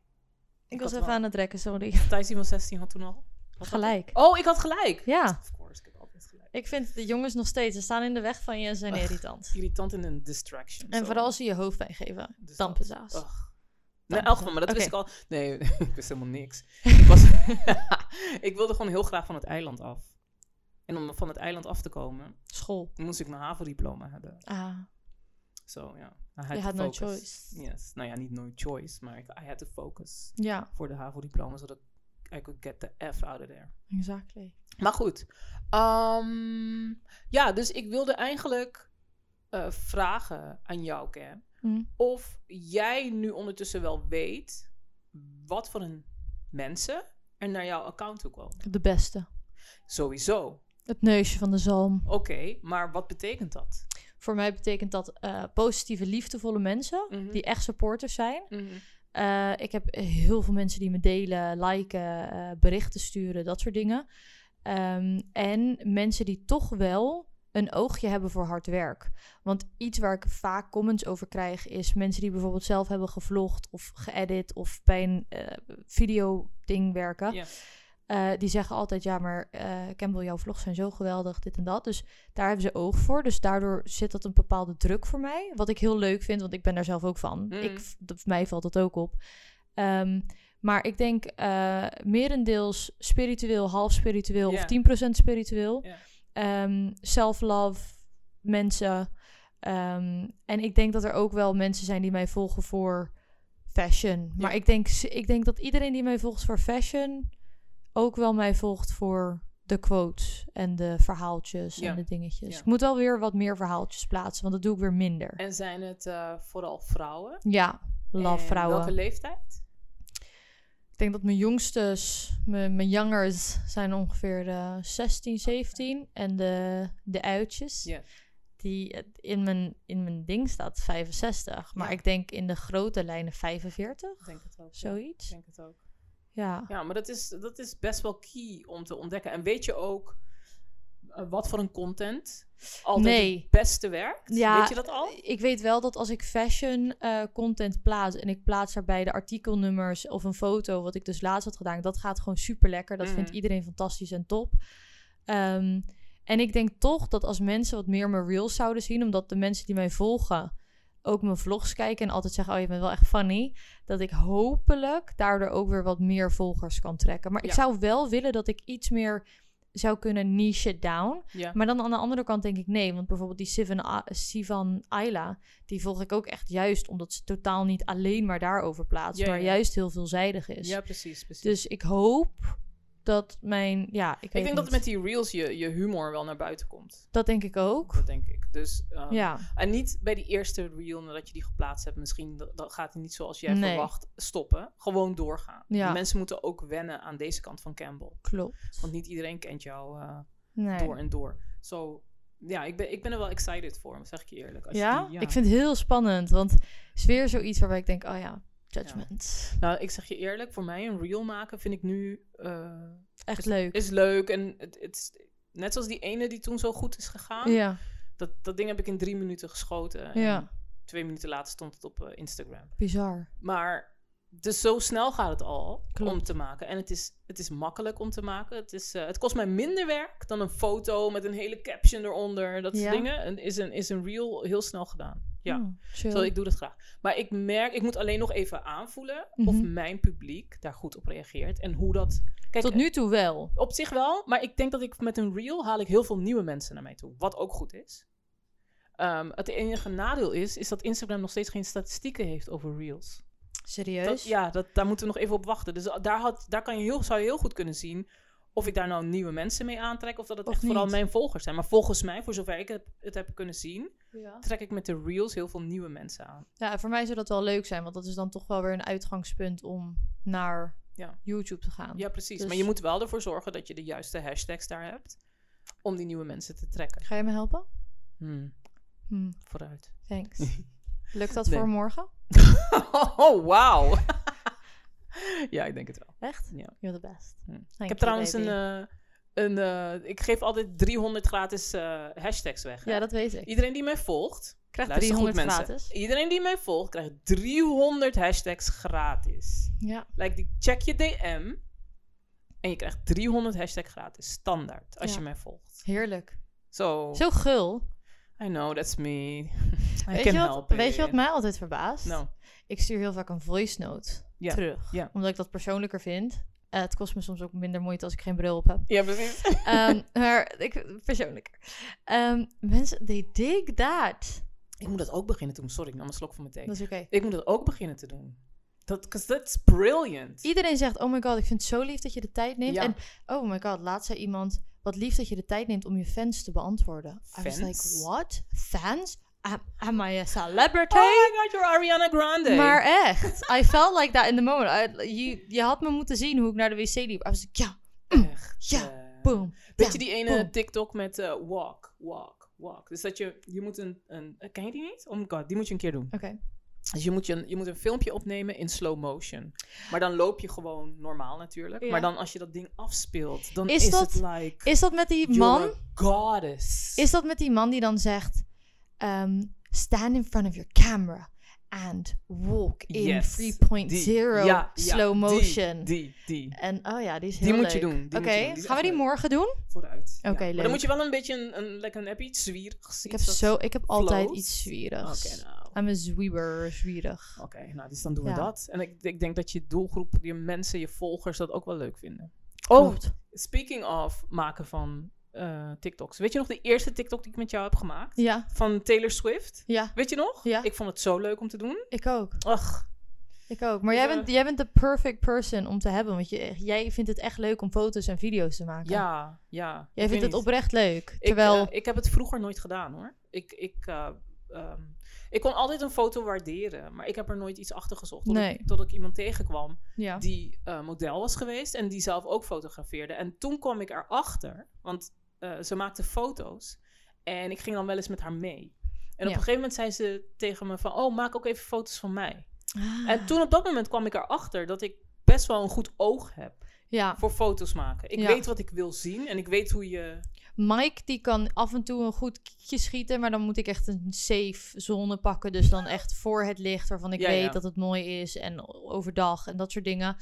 [SPEAKER 2] Ik, was
[SPEAKER 1] had
[SPEAKER 2] even
[SPEAKER 1] wel-
[SPEAKER 2] aan het rekken, sorry.
[SPEAKER 1] Thijsie van 16 had toen al... Wat had
[SPEAKER 2] Gelijk.
[SPEAKER 1] ik? Oh, ik had gelijk!
[SPEAKER 2] Ja.
[SPEAKER 1] Of course, ik heb altijd gelijk.
[SPEAKER 2] Ik vind de jongens nog steeds. Ze staan in de weg van je en zijn
[SPEAKER 1] Ugh.
[SPEAKER 2] irritant.
[SPEAKER 1] Irritant en een distraction.
[SPEAKER 2] En
[SPEAKER 1] zo.
[SPEAKER 2] vooral als ze je hoofdpijn geven.
[SPEAKER 1] Dus dat-
[SPEAKER 2] Dampenzaas.
[SPEAKER 1] Ugh. Nee, elk geval, maar dat
[SPEAKER 2] Oké.
[SPEAKER 1] wist ik al. Nee, ik wist helemaal niks. Ik, was ik wilde gewoon heel graag van het eiland af. En om van het eiland af te komen,
[SPEAKER 2] School.
[SPEAKER 1] moest ik mijn HAVO-diploma hebben.
[SPEAKER 2] Ah,
[SPEAKER 1] Zo, ja. I
[SPEAKER 2] je
[SPEAKER 1] to
[SPEAKER 2] had no
[SPEAKER 1] focus.
[SPEAKER 2] choice.
[SPEAKER 1] Yes. Nou ja, niet no choice, maar ik, I had to focus
[SPEAKER 2] Ja,
[SPEAKER 1] voor de HAVO-diploma, zodat I could get the F out of there.
[SPEAKER 2] exactly.
[SPEAKER 1] Maar goed. Ehm, ja, dus ik wilde eigenlijk eh, vragen aan jou, Cam
[SPEAKER 2] Hm.
[SPEAKER 1] of jij nu ondertussen wel weet wat voor een mensen er naar jouw account toe komen.
[SPEAKER 2] De beste.
[SPEAKER 1] Sowieso.
[SPEAKER 2] Het neusje van de zalm.
[SPEAKER 1] Oké, maar wat betekent dat?
[SPEAKER 2] Voor mij betekent dat eh, positieve, liefdevolle mensen.
[SPEAKER 1] Mhm.
[SPEAKER 2] Oh, Die echt supporters zijn.
[SPEAKER 1] Mhm.
[SPEAKER 2] Eh, ik heb heel veel mensen die me delen, liken, eh, berichten sturen, dat soort dingen. Ehm, en mensen die toch wel een oogje hebben voor hard werk. Want iets waar ik vaak comments over krijg is mensen die bijvoorbeeld zelf hebben gevlogd of geëdit of bij een eh video ding werken.
[SPEAKER 1] Ja.
[SPEAKER 2] Eh, die zeggen altijd, ja, maar eh Campbell, jouw vlogs zijn zo geweldig, dit en dat. Dus daar hebben ze oog voor. Dus daardoor zit dat een bepaalde druk voor mij. Wat ik heel leuk vind, want ik ben daar zelf ook van.
[SPEAKER 1] Mhm.
[SPEAKER 2] Ik, dat, voor mij valt dat ook op. Ehm, maar ik denk eh, merendeels spiritueel, half spiritueel
[SPEAKER 1] Ja.
[SPEAKER 2] of 10% spiritueel.
[SPEAKER 1] Ja.
[SPEAKER 2] Ehm, Self-love, mensen. Ehm, en ik denk dat er ook wel mensen zijn die mij volgen voor fashion. Maar ik, denk, ik denk dat iedereen die mij volgt voor fashion ook wel mij volgt voor de quotes en de verhaaltjes
[SPEAKER 1] Ja.
[SPEAKER 2] en de dingetjes.
[SPEAKER 1] Ja.
[SPEAKER 2] Ik moet wel weer wat meer verhaaltjes plaatsen, want dat doe ik weer minder.
[SPEAKER 1] En zijn het eh, vooral vrouwen?
[SPEAKER 2] Ja, love
[SPEAKER 1] En
[SPEAKER 2] vrouwen.
[SPEAKER 1] Welke leeftijd?
[SPEAKER 2] Ik denk dat mijn jongstes, mijn, mijn youngers, zijn ongeveer eh 16, 17. En de, de uitjes,
[SPEAKER 1] Ja.
[SPEAKER 2] die eh, in mijn, in mijn ding staat 65. Maar
[SPEAKER 1] Ja.
[SPEAKER 2] ik denk in de grote lijnen 45,
[SPEAKER 1] Ik denk het ook. ja. Ik
[SPEAKER 2] zoiets.
[SPEAKER 1] denk het ook.
[SPEAKER 2] Ja.
[SPEAKER 1] Ja, maar dat is, dat is best wel key om te ontdekken. En weet je ook eh, wat voor een content altijd
[SPEAKER 2] Nee.
[SPEAKER 1] het beste werkt?
[SPEAKER 2] Ja,
[SPEAKER 1] weet je dat al?
[SPEAKER 2] Ik weet wel dat als ik fashion eh, content plaats en ik plaats daarbij de artikelnummers of een foto, wat ik dus laatst had gedaan, dat gaat gewoon super lekker. Dat vindt
[SPEAKER 1] Mhm.
[SPEAKER 2] iedereen fantastisch en top. Ehm, en ik denk toch dat als mensen wat meer mijn reels zouden zien, omdat de mensen die mij volgen ook mijn vlogs kijken en altijd zeggen: Oh, je bent wel echt funny. Dat ik hopelijk daardoor ook weer wat meer volgers kan trekken. Maar ik
[SPEAKER 1] Ja.
[SPEAKER 2] zou wel willen dat ik iets meer zou kunnen niche down.
[SPEAKER 1] Ja.
[SPEAKER 2] Maar dan aan de andere kant denk ik nee. Want bijvoorbeeld die Sivan, A- Sivan Ayla, die volg ik ook echt juist omdat ze totaal niet alleen maar daarover plaatst,
[SPEAKER 1] Ja,
[SPEAKER 2] maar
[SPEAKER 1] ja.
[SPEAKER 2] juist heel veelzijdig is.
[SPEAKER 1] ja, precies. precies.
[SPEAKER 2] Dus ik hoop dat mijn... Ja, ik, weet
[SPEAKER 1] Ik denk dat
[SPEAKER 2] niet.
[SPEAKER 1] met die reels je, je humor wel naar buiten komt.
[SPEAKER 2] Dat denk ik ook.
[SPEAKER 1] Dat denk ik. Dus, ehm,
[SPEAKER 2] Ja.
[SPEAKER 1] En niet bij die eerste reel nadat je die geplaatst hebt. Misschien dat, dat gaat het niet zoals jij
[SPEAKER 2] Nee.
[SPEAKER 1] verwacht stoppen. Gewoon doorgaan.
[SPEAKER 2] Ja.
[SPEAKER 1] Mensen moeten ook wennen aan deze kant van Campbell.
[SPEAKER 2] Klopt.
[SPEAKER 1] Want niet iedereen kent jou eh,
[SPEAKER 2] Nee.
[SPEAKER 1] door en door. Zo, ja, ik ben, ik ben er wel excited voor, zeg ik je eerlijk. Als je
[SPEAKER 2] Ja?
[SPEAKER 1] die-
[SPEAKER 2] ik vind het heel spannend, want het is weer zoiets waarbij ik denk, oh ja, judgment.
[SPEAKER 1] Nou, ik zeg je eerlijk, voor mij een reel maken vind ik nu... eh,
[SPEAKER 2] Echt leuk.
[SPEAKER 1] is leuk en het, het is... Net zoals die ene die toen zo goed is gegaan.
[SPEAKER 2] Ja,
[SPEAKER 1] Dat, dat ding heb ik in drie minuten geschoten. En
[SPEAKER 2] Ja.
[SPEAKER 1] twee minuten later stond het op eh, Instagram.
[SPEAKER 2] bizar.
[SPEAKER 1] Maar dus zo snel gaat het al
[SPEAKER 2] Klopt.
[SPEAKER 1] om te maken. En het is, het is makkelijk om te maken. Het, is, eh, het kost mij minder werk dan een foto met een hele caption eronder. Dat soort
[SPEAKER 2] Ja.
[SPEAKER 1] dingen. En is een, is een reel heel snel gedaan. Ja.
[SPEAKER 2] Hmm, chill.
[SPEAKER 1] Zo, ik doe dat graag. Maar ik merk, ik moet alleen nog even aanvoelen of
[SPEAKER 2] Mhm.
[SPEAKER 1] mijn publiek daar goed op reageert. En hoe dat. Kijk,
[SPEAKER 2] Tot nu toe wel.
[SPEAKER 1] op zich wel, maar ik denk dat ik met een reel haal ik heel veel nieuwe mensen naar mij toe. Wat ook goed is. Ehm, het enige nadeel is, is dat Instagram nog steeds geen statistieken heeft over reels.
[SPEAKER 2] Serieus?
[SPEAKER 1] Dat, ja, dat, daar moeten we nog even op wachten. Dus daar, had, daar kan je heel, zou je heel goed kunnen zien of ik daar nou nieuwe mensen mee aantrek. Of dat het
[SPEAKER 2] Of
[SPEAKER 1] echt vooral
[SPEAKER 2] niet.
[SPEAKER 1] mijn volgers zijn. Maar volgens mij, voor zover ik het, het heb kunnen zien, trek ik met de reels heel veel nieuwe mensen aan.
[SPEAKER 2] Ja, voor mij zou dat wel leuk zijn, want dat is dan toch wel weer een uitgangspunt om naar
[SPEAKER 1] Ja.
[SPEAKER 2] YouTube te gaan.
[SPEAKER 1] Ja, precies.
[SPEAKER 2] Dus-
[SPEAKER 1] Maar je moet wel ervoor zorgen dat je de juiste hashtags daar hebt. Om die nieuwe mensen te trekken.
[SPEAKER 2] Ga je me helpen?
[SPEAKER 1] Hmm,
[SPEAKER 2] Hmm,
[SPEAKER 1] vooruit.
[SPEAKER 2] thanks. Lukt dat
[SPEAKER 1] Nee.
[SPEAKER 2] voor morgen?
[SPEAKER 1] Oh, wauw. ja, ik denk het wel.
[SPEAKER 2] Echt?
[SPEAKER 1] Ja.
[SPEAKER 2] You're the best.
[SPEAKER 1] Hm.
[SPEAKER 2] Thank
[SPEAKER 1] ik
[SPEAKER 2] you,
[SPEAKER 1] heb trouwens een...
[SPEAKER 2] baby.
[SPEAKER 1] eh, een eh, ik geef altijd 300 gratis eh, hashtags weg. hè?
[SPEAKER 2] ja, dat weet ik.
[SPEAKER 1] Iedereen die mij volgt...
[SPEAKER 2] Ik krijg
[SPEAKER 1] Luister
[SPEAKER 2] 300
[SPEAKER 1] goed, mensen.
[SPEAKER 2] gratis.
[SPEAKER 1] Iedereen die mij volgt krijgt 300 hashtags gratis.
[SPEAKER 2] Ja,
[SPEAKER 1] Like, die check je DM en je krijgt 300 hashtags gratis. Standaard, als
[SPEAKER 2] Ja.
[SPEAKER 1] je mij volgt.
[SPEAKER 2] heerlijk.
[SPEAKER 1] So,
[SPEAKER 2] Zo gul.
[SPEAKER 1] I know, that's me. I
[SPEAKER 2] Weet,
[SPEAKER 1] can
[SPEAKER 2] je wat,
[SPEAKER 1] help it.
[SPEAKER 2] weet je wat mij altijd verbaast?
[SPEAKER 1] Nou,
[SPEAKER 2] Ik stuur heel vaak een voice note
[SPEAKER 1] Ja,
[SPEAKER 2] terug.
[SPEAKER 1] ja.
[SPEAKER 2] Omdat ik dat persoonlijker vind. Eh, het kost me soms ook minder moeite als ik geen bril op heb.
[SPEAKER 1] ja, precies.
[SPEAKER 2] Ehm, maar ik, persoonlijker. Ehm, mensen, they dig that.
[SPEAKER 1] ik moet dat ook beginnen te doen. Sorry, ik nam een slok van mijn thee.
[SPEAKER 2] Dat is oké.
[SPEAKER 1] Ik moet dat ook beginnen te doen. Dat, cause that's brilliant.
[SPEAKER 2] Iedereen zegt, oh my god, ik vind het zo lief dat je de tijd neemt.
[SPEAKER 1] Ja.
[SPEAKER 2] En oh my god, laatst zei iemand, wat lief dat je de tijd neemt om je fans te beantwoorden. I was
[SPEAKER 1] Fans?
[SPEAKER 2] like, what? Fans? Am, am I a celebrity?
[SPEAKER 1] Oh my god, you're Ariana Grande.
[SPEAKER 2] Maar echt, I felt like that in the moment. I- je, je had me moeten zien hoe ik naar de wc liep. I was like, ja,
[SPEAKER 1] Echt,
[SPEAKER 2] mm, Ja,
[SPEAKER 1] eh.
[SPEAKER 2] boom.
[SPEAKER 1] Weet
[SPEAKER 2] ja,
[SPEAKER 1] je die ene
[SPEAKER 2] boom.
[SPEAKER 1] TikTok met eh, walk, walk, walk. Dus dat je, je moet een, een, eh, ken je die niet? Oh my god, die moet je een keer doen.
[SPEAKER 2] Oké.
[SPEAKER 1] Dus je moet, je, een- je moet een filmpje opnemen in slow motion. Maar dan loop je gewoon normaal natuurlijk.
[SPEAKER 2] Ja.
[SPEAKER 1] Maar dan als je dat ding afspeelt, dan
[SPEAKER 2] Is
[SPEAKER 1] is,
[SPEAKER 2] dat-
[SPEAKER 1] het like,
[SPEAKER 2] Is dat met die
[SPEAKER 1] you're
[SPEAKER 2] man?
[SPEAKER 1] a goddess.
[SPEAKER 2] Is dat met die man die dan zegt: ehm, Stand in front of your camera and walk in
[SPEAKER 1] Yes,
[SPEAKER 2] 3.0
[SPEAKER 1] Die. Ja, ja,
[SPEAKER 2] slow
[SPEAKER 1] die,
[SPEAKER 2] motion.
[SPEAKER 1] Die, die.
[SPEAKER 2] En oh ja, die is heel
[SPEAKER 1] Die moet je
[SPEAKER 2] leuk.
[SPEAKER 1] doen, die moet
[SPEAKER 2] Oké,
[SPEAKER 1] je doen, die is
[SPEAKER 2] gaan we
[SPEAKER 1] echt
[SPEAKER 2] die
[SPEAKER 1] leuk.
[SPEAKER 2] morgen doen?
[SPEAKER 1] Vooruit. ja.
[SPEAKER 2] Oké,
[SPEAKER 1] Maar
[SPEAKER 2] leuk.
[SPEAKER 1] dan moet je wel een beetje een, een, like een, heb je iets zwierigs?
[SPEAKER 2] Ik heb,
[SPEAKER 1] iets dat-
[SPEAKER 2] zo, ik heb altijd
[SPEAKER 1] flows?
[SPEAKER 2] iets
[SPEAKER 1] Oké,
[SPEAKER 2] zwierigs.
[SPEAKER 1] nou.
[SPEAKER 2] I'm a zwieber, zwierig.
[SPEAKER 1] Oké, nou, dus dan doen we
[SPEAKER 2] Ja.
[SPEAKER 1] dat. En ik, ik denk dat je doelgroep, je mensen, je volgers dat ook wel leuk vinden. Oh,
[SPEAKER 2] Klopt.
[SPEAKER 1] speaking of maken van eh, TikToks. Weet je nog de eerste TikTok die ik met jou heb gemaakt?
[SPEAKER 2] Ja,
[SPEAKER 1] Van Taylor Swift?
[SPEAKER 2] ja,
[SPEAKER 1] Weet je nog?
[SPEAKER 2] Ja.
[SPEAKER 1] Ik vond het zo leuk om te doen.
[SPEAKER 2] ik ook.
[SPEAKER 1] Ach,
[SPEAKER 2] Ik ook. Maar
[SPEAKER 1] Dus,
[SPEAKER 2] jij
[SPEAKER 1] eh,
[SPEAKER 2] bent, jij bent de perfect person om te hebben. Want je, jij vindt het echt leuk om foto's en video's te maken.
[SPEAKER 1] ja, ja.
[SPEAKER 2] Jij
[SPEAKER 1] Ik weet
[SPEAKER 2] vindt het
[SPEAKER 1] niet.
[SPEAKER 2] oprecht leuk.
[SPEAKER 1] Ik,
[SPEAKER 2] Terwijl,
[SPEAKER 1] eh, ik heb het vroeger nooit gedaan hoor. Ik, ik, eh, ehm, ik kon altijd een foto waarderen, maar ik heb er nooit iets achter gezocht. Tot,
[SPEAKER 2] Nee.
[SPEAKER 1] ik, tot ik iemand tegenkwam
[SPEAKER 2] ja.
[SPEAKER 1] die eh, model was geweest en die zelf ook fotografeerde. En toen kwam ik erachter, want eh, ze maakte foto's en ik ging dan wel eens met haar mee. En
[SPEAKER 2] Ja.
[SPEAKER 1] op een gegeven moment zei ze tegen me van, oh, maak ook even foto's van mij.
[SPEAKER 2] Ah.
[SPEAKER 1] En toen op dat moment kwam ik erachter dat ik best wel een goed oog heb
[SPEAKER 2] ja.
[SPEAKER 1] voor foto's maken. Ik
[SPEAKER 2] Ah. Ja.
[SPEAKER 1] weet wat ik wil zien en ik weet hoe je...
[SPEAKER 2] Mike die kan af en toe een goed kiekje schieten, maar dan moet ik echt een safe zone pakken. Dus dan echt voor het licht, waarvan ik
[SPEAKER 1] Ja,
[SPEAKER 2] weet
[SPEAKER 1] ja.
[SPEAKER 2] dat het mooi is en overdag en dat soort dingen.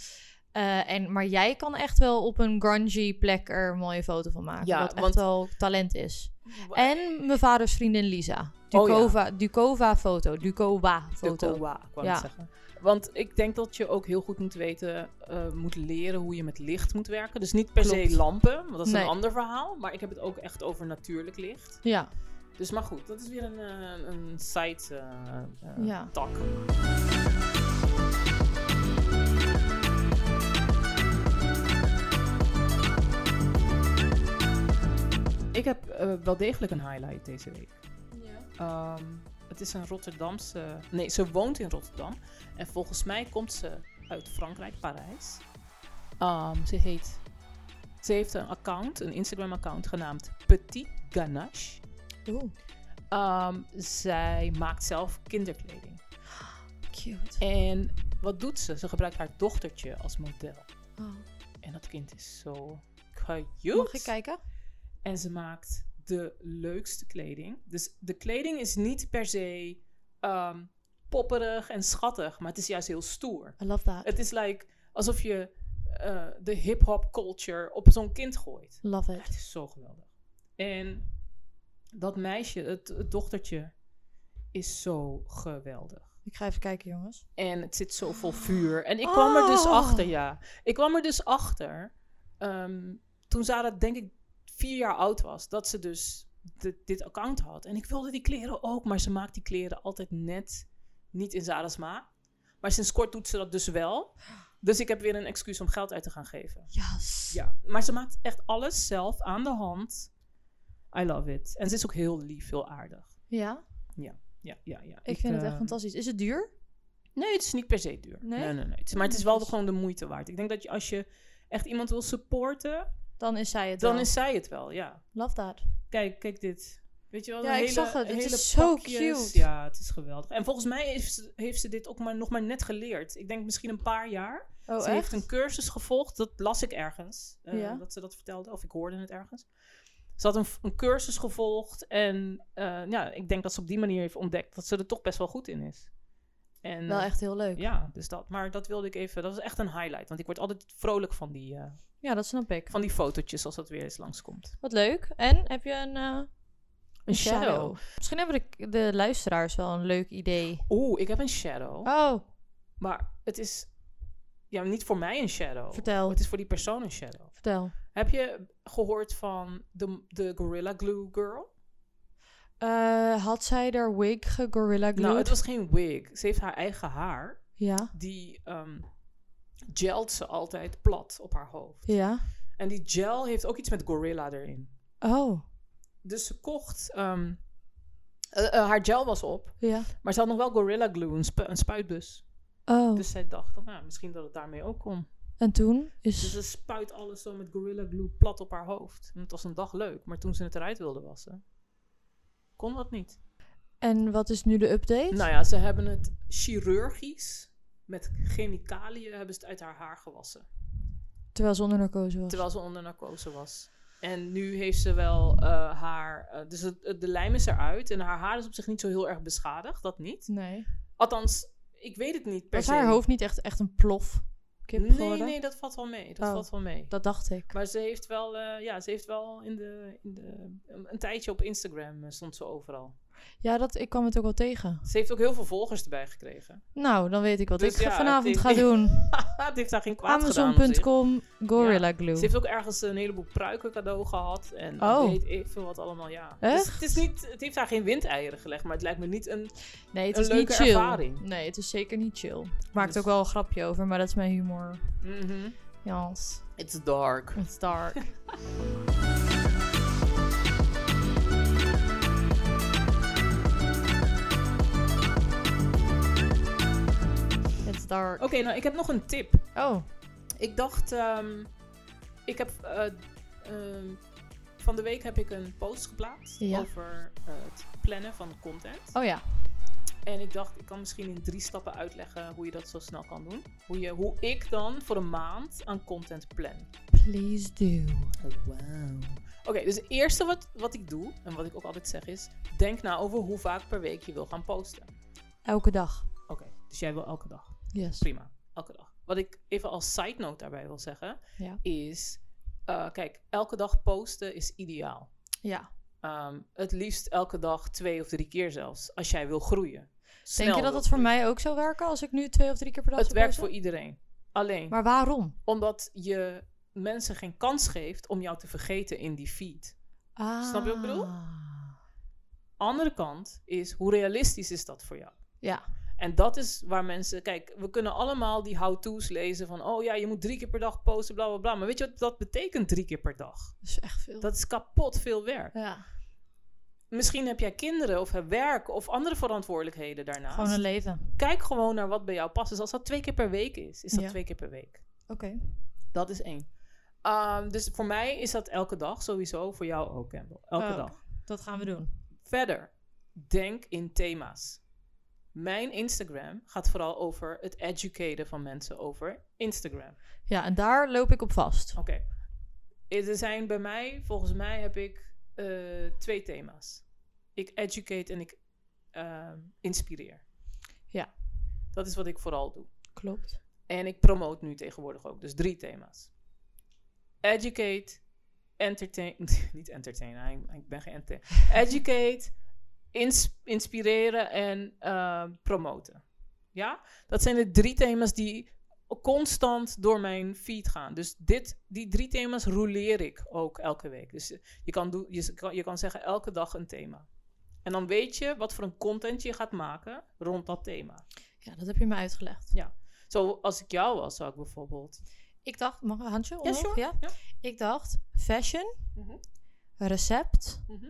[SPEAKER 2] Eh, en, maar jij kan echt wel op een grungy plek er een mooie foto van maken.
[SPEAKER 1] Ja,
[SPEAKER 2] wat echt
[SPEAKER 1] want- Eh,
[SPEAKER 2] wel talent is. En mijn vaders vriendin Lisa.
[SPEAKER 1] Oh, ja.
[SPEAKER 2] Ducova, Ducova foto. Ducova
[SPEAKER 1] de
[SPEAKER 2] foto.
[SPEAKER 1] koa, kwam
[SPEAKER 2] Ja.
[SPEAKER 1] ik zeggen. Want ik denk dat je ook heel goed moet weten, eh, moet leren hoe je met licht moet werken. Dus niet per
[SPEAKER 2] Klopt.
[SPEAKER 1] se lampen, want dat is
[SPEAKER 2] Nee.
[SPEAKER 1] een ander verhaal. Maar ik heb het ook echt over natuurlijk licht.
[SPEAKER 2] Ja,
[SPEAKER 1] Dus maar goed, dat is weer een, eh, een side eh, eh,
[SPEAKER 2] Ja.
[SPEAKER 1] tak. Ik heb eh, wel degelijk een highlight deze week.
[SPEAKER 2] Ja.
[SPEAKER 1] Ehm, het is een Rotterdamse. Nee, ze woont in Rotterdam. En volgens mij komt ze uit Frankrijk, Parijs. Ehm, ze heet. Ze heeft een account, een Instagram-account genaamd Petit Ganache.
[SPEAKER 2] Oeh,
[SPEAKER 1] Ehm, zij maakt zelf kinderkleding.
[SPEAKER 2] cute.
[SPEAKER 1] En wat doet ze? Ze gebruikt haar dochtertje als model.
[SPEAKER 2] Oh.
[SPEAKER 1] En dat kind is zo cute.
[SPEAKER 2] Mag ik kijken?
[SPEAKER 1] En ze maakt de leukste kleding. Dus de kleding is niet per se ehm, popperig en schattig, maar het is juist heel stoer.
[SPEAKER 2] I love that.
[SPEAKER 1] Het is like alsof je eh, de hip-hop culture op zo'n kind gooit.
[SPEAKER 2] Love it.
[SPEAKER 1] Het is zo geweldig. En dat meisje, het, het dochtertje, is zo geweldig.
[SPEAKER 2] Ik ga even kijken, jongens.
[SPEAKER 1] En het zit zo vol vuur. En ik kwam er dus
[SPEAKER 2] Oh.
[SPEAKER 1] achter, ja. Ik kwam er dus achter ehm, toen Sarah, denk ik, vier jaar oud was, dat ze dus dit, dit account had. En ik wilde die kleren ook, maar ze maakt die kleren altijd net niet in Sarah's maat. Maar sinds kort doet ze dat dus wel. Dus ik heb weer een excuus om geld uit te gaan geven.
[SPEAKER 2] Yes.
[SPEAKER 1] Ja, maar ze maakt echt alles zelf aan de hand. I love it. En ze is ook heel lief, heel aardig.
[SPEAKER 2] Ja,
[SPEAKER 1] Ja, ja, ja.
[SPEAKER 2] ik vind het echt
[SPEAKER 1] eh,
[SPEAKER 2] fantastisch. Is het duur?
[SPEAKER 1] Nee, het is niet per se duur.
[SPEAKER 2] Nee?
[SPEAKER 1] Nee, nee, nee. Het is- maar het is wel de- gewoon de moeite waard. Ik denk dat je, als je echt iemand wil supporten,
[SPEAKER 2] Dan is zij het
[SPEAKER 1] dan
[SPEAKER 2] wel.
[SPEAKER 1] is zij het wel, ja.
[SPEAKER 2] Love that.
[SPEAKER 1] Kijk, kijk dit. Weet je wel?
[SPEAKER 2] Ja,
[SPEAKER 1] een
[SPEAKER 2] ik
[SPEAKER 1] hele,
[SPEAKER 2] zag het.
[SPEAKER 1] een
[SPEAKER 2] Het
[SPEAKER 1] hele
[SPEAKER 2] is zo
[SPEAKER 1] pakjes.
[SPEAKER 2] cute.
[SPEAKER 1] Ja, het is geweldig. En volgens mij heeft ze, heeft ze dit ook maar, nog maar net geleerd. Ik denk misschien een paar jaar.
[SPEAKER 2] Oh,
[SPEAKER 1] ze
[SPEAKER 2] echt?
[SPEAKER 1] heeft een cursus gevolgd, dat las ik ergens. eh,
[SPEAKER 2] Ja.
[SPEAKER 1] Dat ze dat vertelde, of ik hoorde het ergens. Ze had een, f- een cursus gevolgd en eh, ja, ik denk dat ze op die manier heeft ontdekt dat ze er toch best wel goed in is. En,
[SPEAKER 2] Wel echt heel leuk. Ja,
[SPEAKER 1] ja, dus dat. Maar dat wilde ik even. Dat was echt een highlight. Want ik word altijd vrolijk van die, eh,
[SPEAKER 2] dat snap ik.
[SPEAKER 1] van die fotootjes als dat weer eens langskomt.
[SPEAKER 2] Wat leuk. En heb je een, eh,
[SPEAKER 1] Een shadow.
[SPEAKER 2] Misschien hebben de, de luisteraars wel een leuk idee.
[SPEAKER 1] Oeh, ik heb een shadow.
[SPEAKER 2] Oh,
[SPEAKER 1] Maar het is ja, niet voor mij een shadow.
[SPEAKER 2] Vertel.
[SPEAKER 1] Het is voor die persoon een shadow.
[SPEAKER 2] vertel.
[SPEAKER 1] Heb je gehoord van de, de Gorilla Glue Girl?
[SPEAKER 2] Eh, had zij haar wig gegorilla glued?
[SPEAKER 1] Nou, het was geen wig. Ze heeft haar eigen haar.
[SPEAKER 2] Ja,
[SPEAKER 1] Die ehm gelt ze altijd plat op haar hoofd.
[SPEAKER 2] ja.
[SPEAKER 1] En die gel heeft ook iets met gorilla erin.
[SPEAKER 2] Oh,
[SPEAKER 1] Dus ze kocht. ehm, eh, eh, haar gel was op,
[SPEAKER 2] ja.
[SPEAKER 1] maar ze had nog wel Gorilla Glue, een, spu- een spuitbus.
[SPEAKER 2] Oh,
[SPEAKER 1] Dus zij dacht, dan, nou, misschien dat het daarmee ook kon.
[SPEAKER 2] en toen
[SPEAKER 1] Dus
[SPEAKER 2] is...
[SPEAKER 1] ze spuit alles zo met Gorilla Glue plat op haar hoofd. En het was een dag leuk, maar toen ze het eruit wilde wassen, kon dat niet.
[SPEAKER 2] En wat is nu de update?
[SPEAKER 1] Nou ja, ze hebben het chirurgisch met chemicaliën hebben ze het uit haar haar
[SPEAKER 2] Oh.
[SPEAKER 1] gewassen.
[SPEAKER 2] Terwijl ze onder narcose was.
[SPEAKER 1] Terwijl ze onder narcose was. En nu heeft ze wel eh, haar. eh, dus het- het- de lijm is eruit. En haar haar is op zich niet zo heel erg beschadigd. Dat niet.
[SPEAKER 2] Nee.
[SPEAKER 1] Althans, ik weet het niet per
[SPEAKER 2] was
[SPEAKER 1] se.
[SPEAKER 2] haar hoofd niet echt, echt een plof kip
[SPEAKER 1] nee,
[SPEAKER 2] geworden?
[SPEAKER 1] nee, dat valt wel mee. Dat
[SPEAKER 2] Oh.
[SPEAKER 1] valt wel mee.
[SPEAKER 2] Dat dacht ik.
[SPEAKER 1] Maar ze heeft wel, eh, ja, ze heeft wel in de, in de, een tijdje op Instagram eh, stond ze overal.
[SPEAKER 2] Ja, dat, ik kwam het ook wel tegen.
[SPEAKER 1] Ze heeft ook heel veel volgers erbij gekregen.
[SPEAKER 2] Nou, dan weet ik wat
[SPEAKER 1] Dus
[SPEAKER 2] ik ga-
[SPEAKER 1] ja,
[SPEAKER 2] vanavond
[SPEAKER 1] het-
[SPEAKER 2] ga doen.
[SPEAKER 1] het heeft haar geen kwaad gedaan. op zich.
[SPEAKER 2] Amazon.com Gorilla Glue.
[SPEAKER 1] Ze heeft ook ergens een heleboel pruiken cadeau gehad. En
[SPEAKER 2] Oh.
[SPEAKER 1] weet ik veel wat allemaal, ja. Dus
[SPEAKER 2] Echt?
[SPEAKER 1] het, is niet, het heeft haar geen windeieren gelegd, maar het lijkt me niet een...
[SPEAKER 2] Nee, het
[SPEAKER 1] een
[SPEAKER 2] is niet
[SPEAKER 1] leuke
[SPEAKER 2] chill.
[SPEAKER 1] ervaring.
[SPEAKER 2] Nee, het is zeker niet chill. Maakt
[SPEAKER 1] Dus-
[SPEAKER 2] ook wel een grapje over, maar dat is mijn humor.
[SPEAKER 1] Mhm.
[SPEAKER 2] Jans,
[SPEAKER 1] It's dark.
[SPEAKER 2] it's dark. it's dark.
[SPEAKER 1] Oké, nou, ik heb nog een tip.
[SPEAKER 2] Oh,
[SPEAKER 1] Ik dacht, ehm, ik heb eh, ehm, van de week heb ik een post geplaatst
[SPEAKER 2] Ja.
[SPEAKER 1] over eh, het plannen van content.
[SPEAKER 2] oh ja.
[SPEAKER 1] En ik dacht, ik kan misschien in drie stappen uitleggen hoe je dat zo snel kan doen. Hoe, je, hoe ik dan voor een maand aan content plan.
[SPEAKER 2] Please do.
[SPEAKER 1] Wow. Oké, dus het eerste wat, wat ik doe, en wat ik ook altijd zeg is, denk na over hoe vaak per week je wil gaan posten.
[SPEAKER 2] Elke dag.
[SPEAKER 1] Oké, dus jij wil elke dag.
[SPEAKER 2] Yes.
[SPEAKER 1] Prima, elke dag. Wat ik even als side note daarbij wil zeggen,
[SPEAKER 2] Ja.
[SPEAKER 1] is: eh, kijk, elke dag posten is ideaal.
[SPEAKER 2] Ja.
[SPEAKER 1] Ehm, het liefst elke dag twee of drie keer zelfs, als jij wil groeien. Snel
[SPEAKER 2] Denk je dat
[SPEAKER 1] wil
[SPEAKER 2] dat voor
[SPEAKER 1] groeien.
[SPEAKER 2] mij ook zou werken als ik nu twee of drie keer per dag
[SPEAKER 1] Het
[SPEAKER 2] zou
[SPEAKER 1] werkt
[SPEAKER 2] posten?
[SPEAKER 1] voor iedereen. Alleen
[SPEAKER 2] Maar waarom?
[SPEAKER 1] omdat je mensen geen kans geeft om jou te vergeten in die feed.
[SPEAKER 2] Ah.
[SPEAKER 1] Snap je wat ik bedoel? Andere kant is, hoe realistisch is dat voor jou?
[SPEAKER 2] Ja.
[SPEAKER 1] En dat is waar mensen. Kijk, we kunnen allemaal die how-to's lezen van. Oh ja, je moet drie keer per dag posten, bla bla bla. Maar weet je wat dat betekent, drie keer per dag?
[SPEAKER 2] Dat is echt veel.
[SPEAKER 1] Dat is kapot veel werk.
[SPEAKER 2] ja,
[SPEAKER 1] Misschien heb jij kinderen of heb werk of andere verantwoordelijkheden daarnaast.
[SPEAKER 2] gewoon een leven.
[SPEAKER 1] Kijk gewoon naar wat bij jou past. Dus als dat twee keer per week is, is dat
[SPEAKER 2] Ja.
[SPEAKER 1] twee keer per week.
[SPEAKER 2] Oké.
[SPEAKER 1] Dat is één. Ehm, dus voor mij is dat elke dag sowieso. Voor jou ook, Campbell. Elke
[SPEAKER 2] Ook.
[SPEAKER 1] dag.
[SPEAKER 2] Dat gaan we doen.
[SPEAKER 1] Verder, denk in thema's. Mijn Instagram gaat vooral over het educaten van mensen over Instagram.
[SPEAKER 2] Ja, en daar loop ik op vast.
[SPEAKER 1] Oké. Eh, Er zijn bij mij, volgens mij heb ik eh, twee thema's. Ik educate en ik ehm, inspireer.
[SPEAKER 2] Ja.
[SPEAKER 1] Dat is wat ik vooral doe.
[SPEAKER 2] Klopt.
[SPEAKER 1] En ik promote nu tegenwoordig ook. Dus drie thema's. Educate, entertain... Niet entertainen, ik- ik ben geen entertain. Educate, ins- inspireren en eh, promoten. Ja? Dat zijn de drie thema's die constant door mijn feed gaan. Dus dit, die drie thema's roleer ik ook elke week. Dus eh, je kan, doen, je, kan- je kan zeggen elke dag een thema. En dan weet je wat voor een content je gaat maken rond dat thema.
[SPEAKER 2] Ja, dat heb je me uitgelegd.
[SPEAKER 1] Zo, als ik jou was, zou ik bijvoorbeeld
[SPEAKER 2] Ik dacht, mag ik een handje
[SPEAKER 1] Ja,
[SPEAKER 2] omhoog?
[SPEAKER 1] sure.
[SPEAKER 2] Ja?
[SPEAKER 1] Ja.
[SPEAKER 2] Ik dacht, fashion,
[SPEAKER 1] Mhm.
[SPEAKER 2] recept,
[SPEAKER 1] Mhm.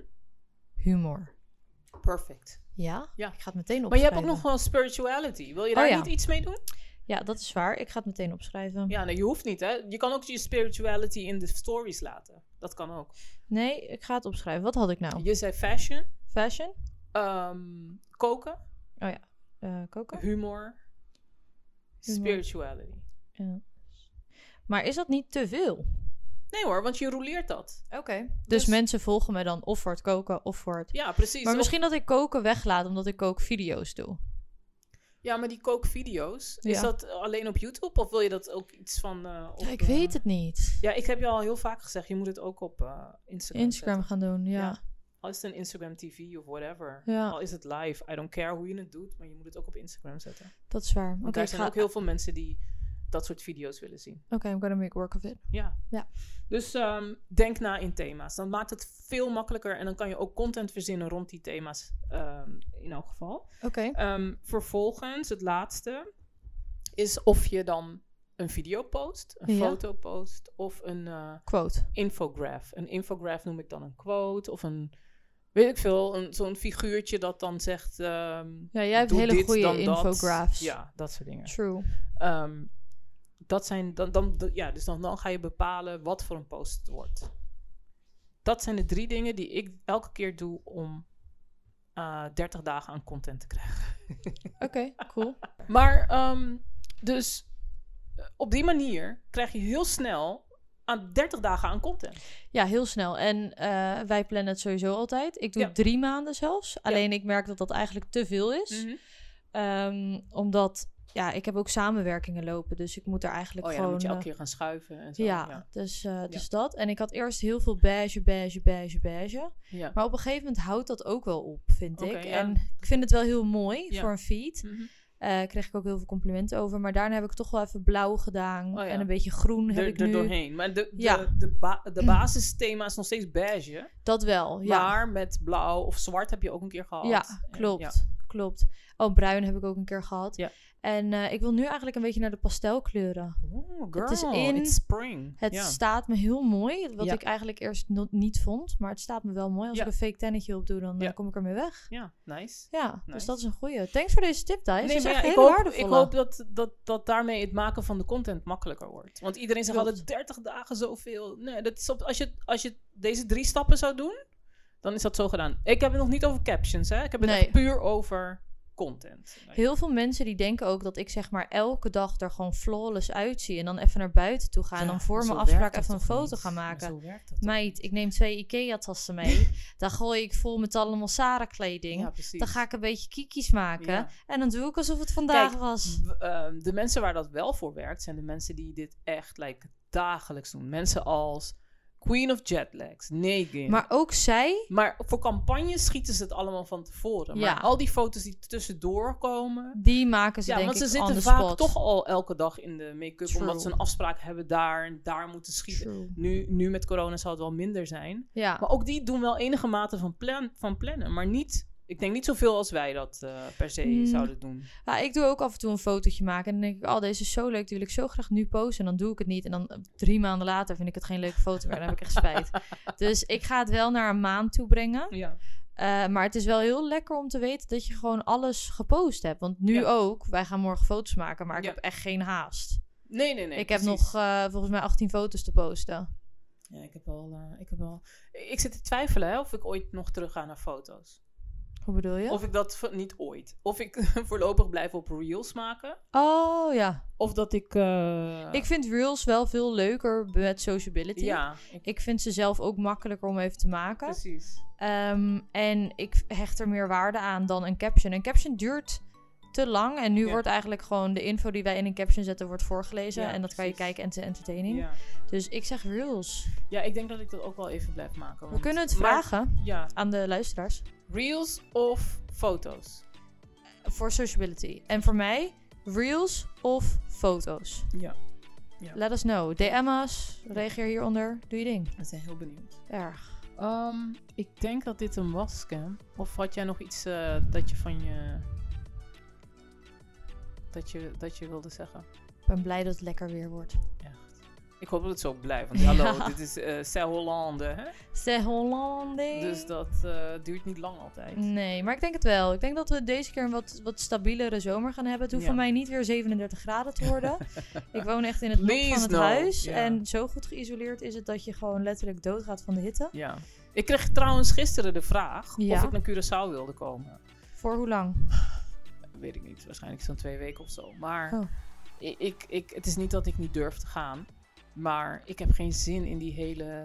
[SPEAKER 2] humor.
[SPEAKER 1] Perfect.
[SPEAKER 2] Ja?
[SPEAKER 1] Ja.
[SPEAKER 2] Ik ga het meteen opschrijven.
[SPEAKER 1] Maar je hebt ook nog wel spirituality. Wil je daar
[SPEAKER 2] Oh ja.
[SPEAKER 1] niet iets mee doen?
[SPEAKER 2] Ja, dat is waar. Ik ga het meteen opschrijven.
[SPEAKER 1] Ja, nee, je hoeft niet, hè? Je kan ook je spirituality in de stories laten. Dat kan ook.
[SPEAKER 2] Nee, ik ga het opschrijven. Wat had ik nou?
[SPEAKER 1] Je zei fashion,
[SPEAKER 2] Fashion,
[SPEAKER 1] ehm, koken,
[SPEAKER 2] eh, koken.
[SPEAKER 1] humor, spirituality.
[SPEAKER 2] Maar is dat niet te veel? Oké.
[SPEAKER 1] Nee hoor, want je roleert dat.
[SPEAKER 2] Dus,
[SPEAKER 1] Dus-
[SPEAKER 2] mensen volgen mij dan of voor het koken of voor het...
[SPEAKER 1] Ja, precies.
[SPEAKER 2] Maar
[SPEAKER 1] Of-
[SPEAKER 2] misschien dat ik koken weglaat omdat ik kookvideo's doe.
[SPEAKER 1] ja, maar die kookvideo's,
[SPEAKER 2] Ja.
[SPEAKER 1] is dat alleen op YouTube of wil je dat ook iets van... eh, op,
[SPEAKER 2] Ja, ik
[SPEAKER 1] eh,
[SPEAKER 2] weet het niet.
[SPEAKER 1] Ja, ik heb je al heel vaak gezegd, je moet het ook op eh, Instagram
[SPEAKER 2] Instagram
[SPEAKER 1] zetten.
[SPEAKER 2] gaan doen, ja.
[SPEAKER 1] Ja. Al is het een Instagram TV of whatever.
[SPEAKER 2] Ja.
[SPEAKER 1] Al is het live. I don't care hoe je het doet, maar je moet het ook op Instagram zetten.
[SPEAKER 2] Dat is waar. Oké,
[SPEAKER 1] Want
[SPEAKER 2] ik
[SPEAKER 1] daar zijn
[SPEAKER 2] ga...
[SPEAKER 1] ook heel veel mensen die dat soort video's willen zien.
[SPEAKER 2] Oké, I'm gonna make work of it.
[SPEAKER 1] Ja.
[SPEAKER 2] Ja.
[SPEAKER 1] Dus ehm, denk na in thema's. Dan maakt het veel makkelijker en dan kan je ook content verzinnen rond die thema's ehm, in elk geval.
[SPEAKER 2] Oké.
[SPEAKER 1] Ehm, vervolgens, het laatste, is of je dan een video post, een
[SPEAKER 2] Ja.
[SPEAKER 1] foto post of een eh,
[SPEAKER 2] Quote.
[SPEAKER 1] infograph. Een infograph noem ik dan een quote of een, weet ik veel, een, zo'n figuurtje dat dan zegt... ehm,
[SPEAKER 2] Ja, jij hebt
[SPEAKER 1] doe
[SPEAKER 2] hele
[SPEAKER 1] dit,
[SPEAKER 2] goede
[SPEAKER 1] dan dat.
[SPEAKER 2] infographs.
[SPEAKER 1] Ja, dat soort dingen.
[SPEAKER 2] True.
[SPEAKER 1] Ehm, dat zijn dan, dan, d- ja, dus dan, dan ga je bepalen wat voor een post het wordt. Dat zijn de drie dingen die ik elke keer doe om eh 30 dagen aan content te krijgen.
[SPEAKER 2] Oké, cool.
[SPEAKER 1] Maar ehm, dus eh, op die manier krijg je heel snel aan 30 dagen aan content.
[SPEAKER 2] Ja, heel snel. En eh, wij plannen het sowieso altijd. Ik doe
[SPEAKER 1] Ja.
[SPEAKER 2] drie maanden zelfs. Alleen ik merk dat dat eigenlijk te veel is.
[SPEAKER 1] Mhm.
[SPEAKER 2] Ehm, omdat, ja, ik heb ook samenwerkingen lopen. Dus ik moet er eigenlijk
[SPEAKER 1] Oh ja, dan
[SPEAKER 2] gewoon...
[SPEAKER 1] moet je elke
[SPEAKER 2] eh,
[SPEAKER 1] keer gaan schuiven en zo.
[SPEAKER 2] ja,
[SPEAKER 1] ja.
[SPEAKER 2] Dus, eh, dus dat. En ik had eerst heel veel beige, beige, beige, beige.
[SPEAKER 1] Ja.
[SPEAKER 2] Maar op een gegeven moment houdt dat ook wel op, vind
[SPEAKER 1] Oké,
[SPEAKER 2] ik.
[SPEAKER 1] ja.
[SPEAKER 2] En ik vind het wel heel mooi
[SPEAKER 1] Ja.
[SPEAKER 2] voor een feed.
[SPEAKER 1] Mhm.
[SPEAKER 2] Eh kreeg ik ook heel veel complimenten over. Maar daarna heb ik toch wel even blauw gedaan.
[SPEAKER 1] Oh ja.
[SPEAKER 2] En een beetje groen heb
[SPEAKER 1] Er,
[SPEAKER 2] ik
[SPEAKER 1] er
[SPEAKER 2] nu.
[SPEAKER 1] doorheen. Maar de, de,
[SPEAKER 2] Ja.
[SPEAKER 1] de, ba- de basisthema is nog steeds beige. hè?
[SPEAKER 2] Dat wel, ja.
[SPEAKER 1] Maar met blauw of zwart heb je ook een keer gehad.
[SPEAKER 2] Ja,
[SPEAKER 1] En-
[SPEAKER 2] klopt.
[SPEAKER 1] ja.
[SPEAKER 2] Klopt. Oh, bruin heb ik ook een keer gehad.
[SPEAKER 1] Ja.
[SPEAKER 2] En eh, ik wil nu eigenlijk een beetje naar de pastelkleuren.
[SPEAKER 1] Oeh, girl,
[SPEAKER 2] Het is in.
[SPEAKER 1] it's spring.
[SPEAKER 2] Het
[SPEAKER 1] ja.
[SPEAKER 2] staat me heel mooi, wat
[SPEAKER 1] Ja.
[SPEAKER 2] ik eigenlijk eerst no- niet vond. Maar het staat me wel mooi. Als
[SPEAKER 1] Ja.
[SPEAKER 2] ik een fake tennetje op doe, dan eh,
[SPEAKER 1] Ja.
[SPEAKER 2] kom ik ermee weg.
[SPEAKER 1] ja, nice.
[SPEAKER 2] Ja, dus
[SPEAKER 1] Nice.
[SPEAKER 2] dat is een goeie. Thanks voor deze tip, Thijs. Nee, is dus
[SPEAKER 1] maar
[SPEAKER 2] echt
[SPEAKER 1] ja, ik,
[SPEAKER 2] hele
[SPEAKER 1] hoop,
[SPEAKER 2] waardevolle.
[SPEAKER 1] ik hoop dat, dat, dat daarmee het maken van de content makkelijker wordt. Want iedereen zegt
[SPEAKER 2] Klopt.
[SPEAKER 1] altijd 30 dagen zoveel. Nee, dat is op, als, je, als je deze drie stappen zou doen, dan is dat zo gedaan. Ik heb het nog niet over captions, hè. Ik heb het
[SPEAKER 2] Nee.
[SPEAKER 1] echt puur over content.
[SPEAKER 2] Heel veel mensen die denken ook dat ik zeg maar elke dag er gewoon flawless uitzie. En dan even naar buiten toe ga. en dan voor mijn afspraak even een foto gaan maken.
[SPEAKER 1] Zo werkt dat toch
[SPEAKER 2] Meid,
[SPEAKER 1] niet?
[SPEAKER 2] ik neem twee IKEA-tassen mee. dan gooi ik vol met allemaal Sarah-kleding.
[SPEAKER 1] Ja, precies.
[SPEAKER 2] Dan ga ik een beetje kiki's maken.
[SPEAKER 1] Ja.
[SPEAKER 2] En dan doe ik alsof het vandaag
[SPEAKER 1] Kijk,
[SPEAKER 2] was.
[SPEAKER 1] W- ehm, de mensen waar dat wel voor werkt, zijn de mensen die dit echt like, dagelijks doen. Mensen als Queen of Jetlags, Negan.
[SPEAKER 2] Maar
[SPEAKER 1] Maar,
[SPEAKER 2] ook zij.
[SPEAKER 1] voor campagnes schieten ze het allemaal van tevoren.
[SPEAKER 2] Ja.
[SPEAKER 1] Maar al die foto's die tussendoor komen.
[SPEAKER 2] Die maken ze
[SPEAKER 1] ja,
[SPEAKER 2] denk
[SPEAKER 1] want ze
[SPEAKER 2] ik on the
[SPEAKER 1] zitten vaak
[SPEAKER 2] spot.
[SPEAKER 1] toch al elke dag in de make-up.
[SPEAKER 2] True.
[SPEAKER 1] Omdat ze een afspraak hebben daar en daar moeten schieten.
[SPEAKER 2] True.
[SPEAKER 1] Nu, nu met corona zal het wel minder zijn.
[SPEAKER 2] Ja,
[SPEAKER 1] Maar ook die doen wel enige mate van, plan, van plannen. Maar niet Ik denk niet zoveel als wij dat eh, per se
[SPEAKER 2] Mm.
[SPEAKER 1] zouden doen.
[SPEAKER 2] Ja, ik doe ook af en toe een fotootje maken. En dan denk ik, oh, deze is zo leuk. Die wil ik zo graag nu posten. En dan doe ik het niet. En dan eh, drie maanden later vind ik het geen leuke foto meer. Dan heb ik echt spijt. Dus ik ga het wel naar een maand toe brengen.
[SPEAKER 1] Ja.
[SPEAKER 2] Eh, maar het is wel heel lekker om te weten dat je gewoon alles gepost hebt. Want nu
[SPEAKER 1] Ja.
[SPEAKER 2] ook, wij gaan morgen foto's maken. Maar ik
[SPEAKER 1] Ja.
[SPEAKER 2] heb echt geen haast.
[SPEAKER 1] Nee, nee, nee.
[SPEAKER 2] ik heb
[SPEAKER 1] precies.
[SPEAKER 2] nog eh, volgens mij 18 foto's te posten.
[SPEAKER 1] Ja, ik heb wel... eh, ik, heb wel... ik zit te twijfelen hè, of ik ooit nog terug ga naar foto's.
[SPEAKER 2] Hoe bedoel je?
[SPEAKER 1] Of ik dat... v- Niet ooit. Of ik voorlopig blijf op reels maken.
[SPEAKER 2] Oh ja.
[SPEAKER 1] Of dat ik... eh,
[SPEAKER 2] Ik vind reels wel veel leuker met sociability.
[SPEAKER 1] Ja, ik-
[SPEAKER 2] Ik vind ze zelf ook makkelijker om even te maken.
[SPEAKER 1] precies.
[SPEAKER 2] Ehm, en ik hecht er meer waarde aan dan een caption. Een caption duurt te lang. En nu
[SPEAKER 1] Ja.
[SPEAKER 2] wordt eigenlijk gewoon de info die wij in een caption zetten, wordt voorgelezen.
[SPEAKER 1] Ja,
[SPEAKER 2] en dat kan je
[SPEAKER 1] precies.
[SPEAKER 2] kijken en te entertaining.
[SPEAKER 1] Ja.
[SPEAKER 2] Dus ik zeg reels.
[SPEAKER 1] ja, ik denk dat ik dat ook wel even blijf maken.
[SPEAKER 2] We
[SPEAKER 1] want-
[SPEAKER 2] kunnen het
[SPEAKER 1] Maar-
[SPEAKER 2] vragen
[SPEAKER 1] Ja,
[SPEAKER 2] aan de luisteraars.
[SPEAKER 1] reels of foto's?
[SPEAKER 2] Voor sociability. En voor mij, reels of foto's.
[SPEAKER 1] Ja.
[SPEAKER 2] Let us know. DM us. Reageer hieronder. Doe je ding.
[SPEAKER 1] We zijn heel benieuwd.
[SPEAKER 2] Erg.
[SPEAKER 1] Ehm, ik denk dat dit hem was, Cam. Of had jij nog iets eh, dat je van je... Dat je, dat je wilde zeggen?
[SPEAKER 2] Ik ben blij dat het lekker weer wordt.
[SPEAKER 1] Echt. Ik hoop dat het zo blijft. Want hallo,
[SPEAKER 2] Ja.
[SPEAKER 1] dit is eh Sail Hollande, hè?
[SPEAKER 2] C'est Hollande.
[SPEAKER 1] Dus dat eh, duurt niet lang altijd.
[SPEAKER 2] Nee, maar ik denk het wel. Ik denk dat we deze keer een wat, wat stabielere zomer gaan hebben. Het hoeft
[SPEAKER 1] Ja.
[SPEAKER 2] voor mij niet weer 37 graden te worden. ik woon echt in het lot van
[SPEAKER 1] Please
[SPEAKER 2] het
[SPEAKER 1] no.
[SPEAKER 2] huis.
[SPEAKER 1] Ja.
[SPEAKER 2] En zo goed geïsoleerd is het dat je gewoon letterlijk doodgaat van de hitte.
[SPEAKER 1] Ja. Ik kreeg trouwens gisteren de vraag
[SPEAKER 2] Ja.
[SPEAKER 1] of ik naar Curaçao wilde komen.
[SPEAKER 2] Voor hoe lang?
[SPEAKER 1] weet ik niet, waarschijnlijk zo'n twee weken of zo. Maar
[SPEAKER 2] Oh.
[SPEAKER 1] i- ik, ik, het is niet dat ik niet durf te gaan. Maar ik heb geen zin in die hele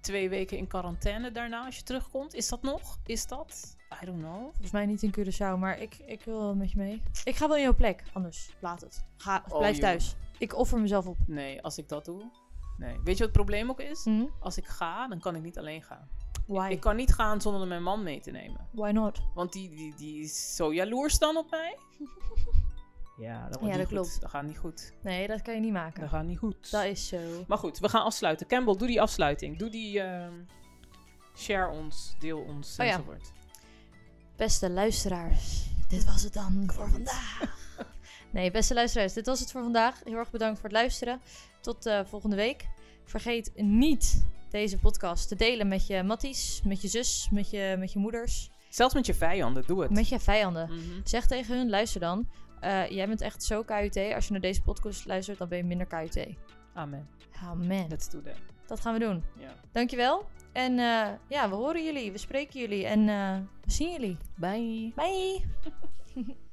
[SPEAKER 1] twee weken in quarantaine daarna als je terugkomt. Is dat nog? Is dat? I don't know.
[SPEAKER 2] Volgens mij niet in Curaçao, maar ik, ik wil wel met je mee. Ik ga wel in jouw plek, anders laat het. Ga,
[SPEAKER 1] Oh,
[SPEAKER 2] blijf
[SPEAKER 1] joh.
[SPEAKER 2] thuis. Ik offer mezelf op.
[SPEAKER 1] Nee, als ik dat doe. Nee. Weet je wat het probleem ook is?
[SPEAKER 2] Hm?
[SPEAKER 1] Als ik ga, dan kan ik niet alleen gaan.
[SPEAKER 2] Why?
[SPEAKER 1] Ik kan niet gaan zonder mijn man mee te nemen.
[SPEAKER 2] Why not?
[SPEAKER 1] Want die, die, die is zo jaloers dan op mij. Ja, dat, wordt
[SPEAKER 2] Ja,
[SPEAKER 1] niet
[SPEAKER 2] dat
[SPEAKER 1] goed.
[SPEAKER 2] klopt.
[SPEAKER 1] Dat gaat niet goed.
[SPEAKER 2] Nee, dat kan je niet maken.
[SPEAKER 1] Dat gaat niet goed.
[SPEAKER 2] Dat is zo.
[SPEAKER 1] Maar goed, we gaan afsluiten. Campbell, doe die afsluiting. Doe die ehm, share ons, deel ons,
[SPEAKER 2] Oh ja.
[SPEAKER 1] enzovoort.
[SPEAKER 2] Beste luisteraars, dit was het dan voor vandaag. Nee, beste luisteraars, dit was het voor vandaag. Heel erg bedankt voor het luisteren. Tot eh, volgende week. Vergeet niet deze podcast te delen met je matties, met je zus, met je, met je moeders,
[SPEAKER 1] Zelfs met je vijanden, doe het.
[SPEAKER 2] met je vijanden.
[SPEAKER 1] Mhm.
[SPEAKER 2] Zeg tegen hun, luister dan. eh, jij bent echt zo KUT. Als je naar deze podcast luistert, dan ben je minder KUT.
[SPEAKER 1] Amen.
[SPEAKER 2] Amen.
[SPEAKER 1] Let's do that.
[SPEAKER 2] Dat gaan we doen.
[SPEAKER 1] Ja.
[SPEAKER 2] Dankjewel. En eh, ja, we horen jullie, we spreken jullie en eh, we zien jullie.
[SPEAKER 1] Bye.
[SPEAKER 2] Bye!